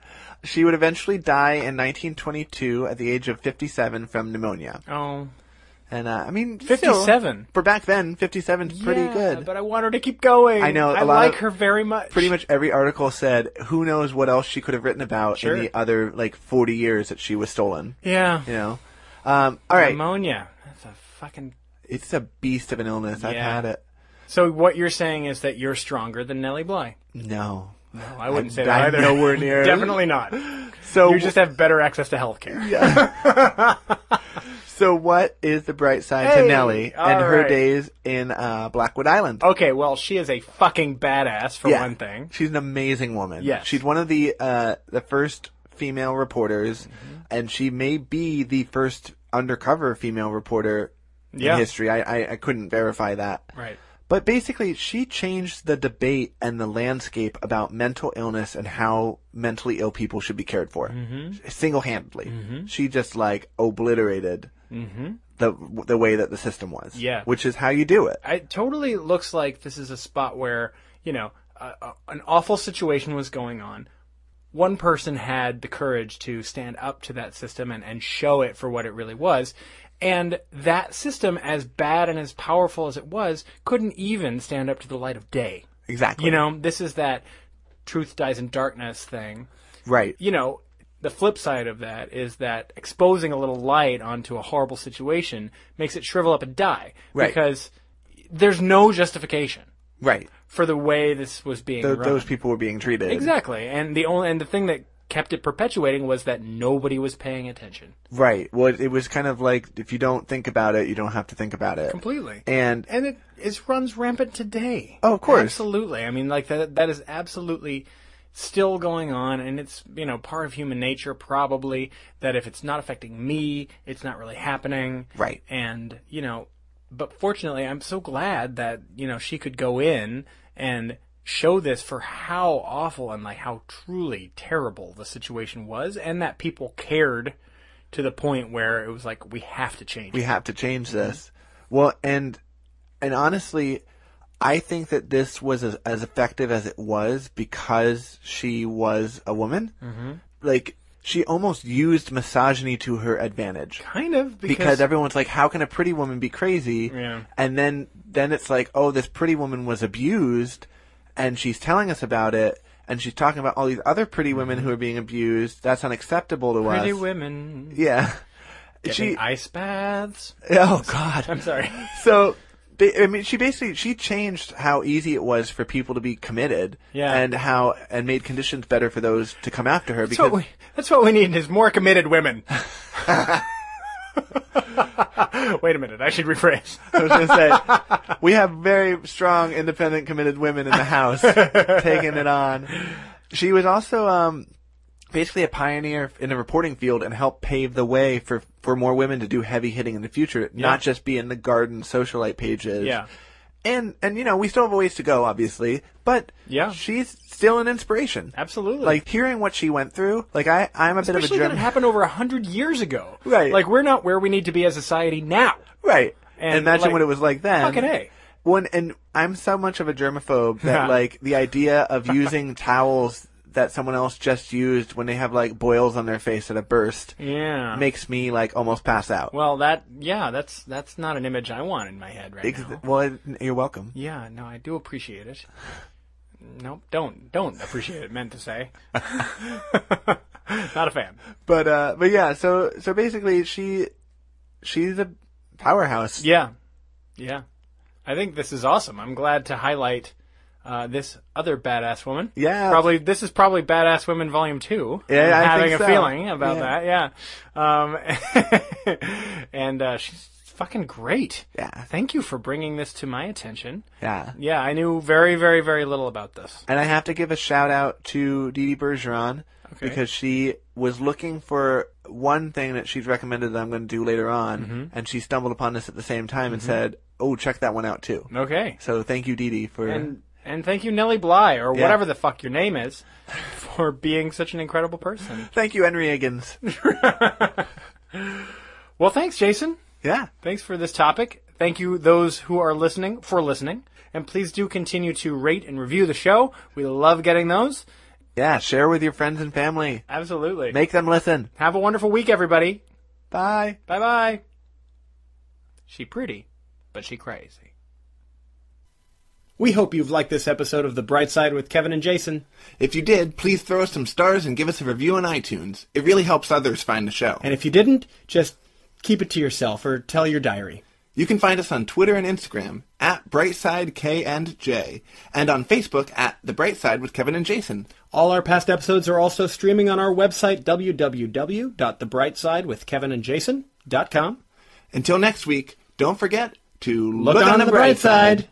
S2: she would eventually die in 1922 at the age of 57 from pneumonia.
S1: Oh.
S2: And uh, I mean,
S1: 57?
S2: still, for back then, 57 is pretty
S1: Yeah,
S2: good.
S1: But I want her to keep going.
S2: I know, a
S1: I
S2: lot
S1: like
S2: of-
S1: her very much.
S2: Pretty much every article said, who knows what else she could have written about
S1: Sure.
S2: in the other like 40 years that she was stolen.
S1: Yeah.
S2: You know. Um, all right.
S1: Pneumonia. That's a fucking
S2: it's a beast of an illness. I've
S1: Yeah.
S2: had it.
S1: So what you're saying is that you're stronger than Nellie Bly.
S2: No.
S1: Well, I wouldn't say
S2: I'm
S1: that either.
S2: nowhere near.
S1: Definitely not.
S2: So
S1: You just have better access to healthcare.
S2: so what is the bright side
S1: Hey,
S2: to Nellie
S1: all
S2: and her
S1: right.
S2: days in uh, Blackwood Island?
S1: Okay, well, she is a fucking badass for
S2: Yeah.
S1: one thing.
S2: She's an amazing woman.
S1: Yes.
S2: She's one of the uh, the first female reporters,
S1: Mm-hmm.
S2: and she may be the first undercover female reporter
S1: Yeah.
S2: in history. I, I, I couldn't verify that.
S1: Right.
S2: But basically, she changed the debate and the landscape about mental illness and how mentally ill people should be cared for
S1: Mm-hmm.
S2: single handedly. She just like obliterated the the way that the system was.
S1: Mm-hmm. Yeah.
S2: which is how you do it.
S1: It totally looks like this is a spot where, you know, a, a, an awful situation was going on. One person had the courage to stand up to that system and, and show it for what it really was. And that system, as bad and as powerful as it was, couldn't even stand up to the light of day.
S2: Exactly.
S1: You know, this is that truth dies in darkness thing.
S2: right?
S1: you know, the flip side of that is that exposing a little light onto a horrible situation makes it shrivel up and die.
S2: Right.
S1: Because there's no justification
S2: Right.
S1: for the way this was being
S2: Th-
S1: run.
S2: those people were being treated
S1: Exactly. And the only and the thing that kept it perpetuating was that nobody was paying attention.
S2: Right. Well, it, it was kind of like if you don't think about it, you don't have to think about it.
S1: Completely.
S2: And
S1: and it, it runs rampant today.
S2: Oh, of course.
S1: absolutely. I mean, like that that is absolutely still going on, and it's you know part of human nature probably that if it's not affecting me, it's not really happening.
S2: Right.
S1: And you know, but fortunately, I'm so glad that you know she could go in and show this for how awful and like how truly terrible the situation was, and that people cared. To the point where it was like we have to change.
S2: we have to change this. Well, and and honestly, I think that this was as, as effective as it was because she was a woman. Mm-hmm. Like she almost used misogyny to her advantage.
S1: kind of
S2: Because everyone's like, "How can a pretty woman be crazy?"
S1: Yeah.
S2: And then, then it's like, "Oh, this pretty woman was abused, and she's telling us about it, and she's talking about all these other pretty women who are being abused. That's unacceptable to
S1: Pretty
S2: us."
S1: women.
S2: Yeah.
S1: She, ice baths.
S2: Oh God.
S1: I'm sorry.
S2: So, ba- I mean, she basically she changed how easy it was for people to be committed,
S1: Yeah.
S2: and how and made conditions better for those to come after her
S1: That's what
S2: because
S1: we, that's what we need is more committed women. Wait a minute, I should rephrase.
S2: I was going to say we have very strong, independent, committed women in the house taking it on. She was also um, basically a pioneer in the reporting field and helped pave the way for for more women to do heavy hitting in the future, not just be in the garden socialite pages.
S1: Yeah.
S2: And and you know we still have a ways to go, obviously, but
S1: Yeah.
S2: she's still an inspiration.
S1: Absolutely.
S2: Like hearing what she went through, like I I'm a bit of a
S1: especially when it
S2: German,
S1: happened over a hundred years ago.
S2: Right.
S1: Like we're not where we need to be as a society now.
S2: right?
S1: And,
S2: imagine
S1: like,
S2: what it was like then.
S1: fucking A.
S2: One and I'm so much of a germaphobe that like the idea of using towels that someone else just used when they have like boils on their face that have burst
S1: Yeah.
S2: makes me like almost pass out.
S1: well, that yeah, that's that's not an image I want in my head right
S2: Ex-
S1: now.
S2: well, it- you're welcome.
S1: Yeah, no, I do appreciate it. Nope, don't don't appreciate it. Meant to say. not a fan.
S2: But uh, but yeah, so so basically she she's a powerhouse.
S1: Yeah, yeah. I think this is awesome. I'm glad to highlight uh, this other badass woman.
S2: Yeah.
S1: probably this is probably badass women volume two.
S2: Yeah,
S1: I'm
S2: I think
S1: having a
S2: so.
S1: feeling about
S2: Yeah.
S1: that. Yeah, um, and uh, she's fucking great.
S2: Yeah.
S1: thank you for bringing this to my attention.
S2: Yeah.
S1: Yeah, I knew very, very, very little about this.
S2: And I have to give a shout out to Didi Bergeron
S1: Okay.
S2: because she was looking for one thing that she's recommended that I'm going to do later on, and she stumbled upon this at the same time and said, "Oh, check that one out too."
S1: Okay,
S2: So thank you, Didi, for
S1: and and thank you, Nellie Bly, or whatever the fuck your name is, for being such an incredible person.
S2: thank you, Henry Higgins.
S1: Well, thanks, Jason.
S2: yeah,
S1: Thanks for this topic. Thank you, those who are listening, for listening. And please do continue to rate and review the show. We love getting those.
S2: yeah. Share with your friends and family.
S1: Absolutely.
S2: Make them listen.
S1: Have a wonderful week, everybody.
S2: Bye.
S1: Bye bye. She pretty, but she crazy. We hope you've liked this episode of The Bright Side with Kevin and Jason.
S2: If you did, please throw us some stars and give us a review on iTunes. It really helps others find the show.
S1: And if you didn't, just keep it to yourself or tell your diary.
S2: You can find us on Twitter and Instagram at Brightside K and J, and on Facebook at The Bright Side with Kevin and Jason.
S1: All our past episodes are also streaming on our website, www.thebrightsidewithkevinandjason.com.
S2: Until next week, don't forget to
S1: Look, on, the bright side.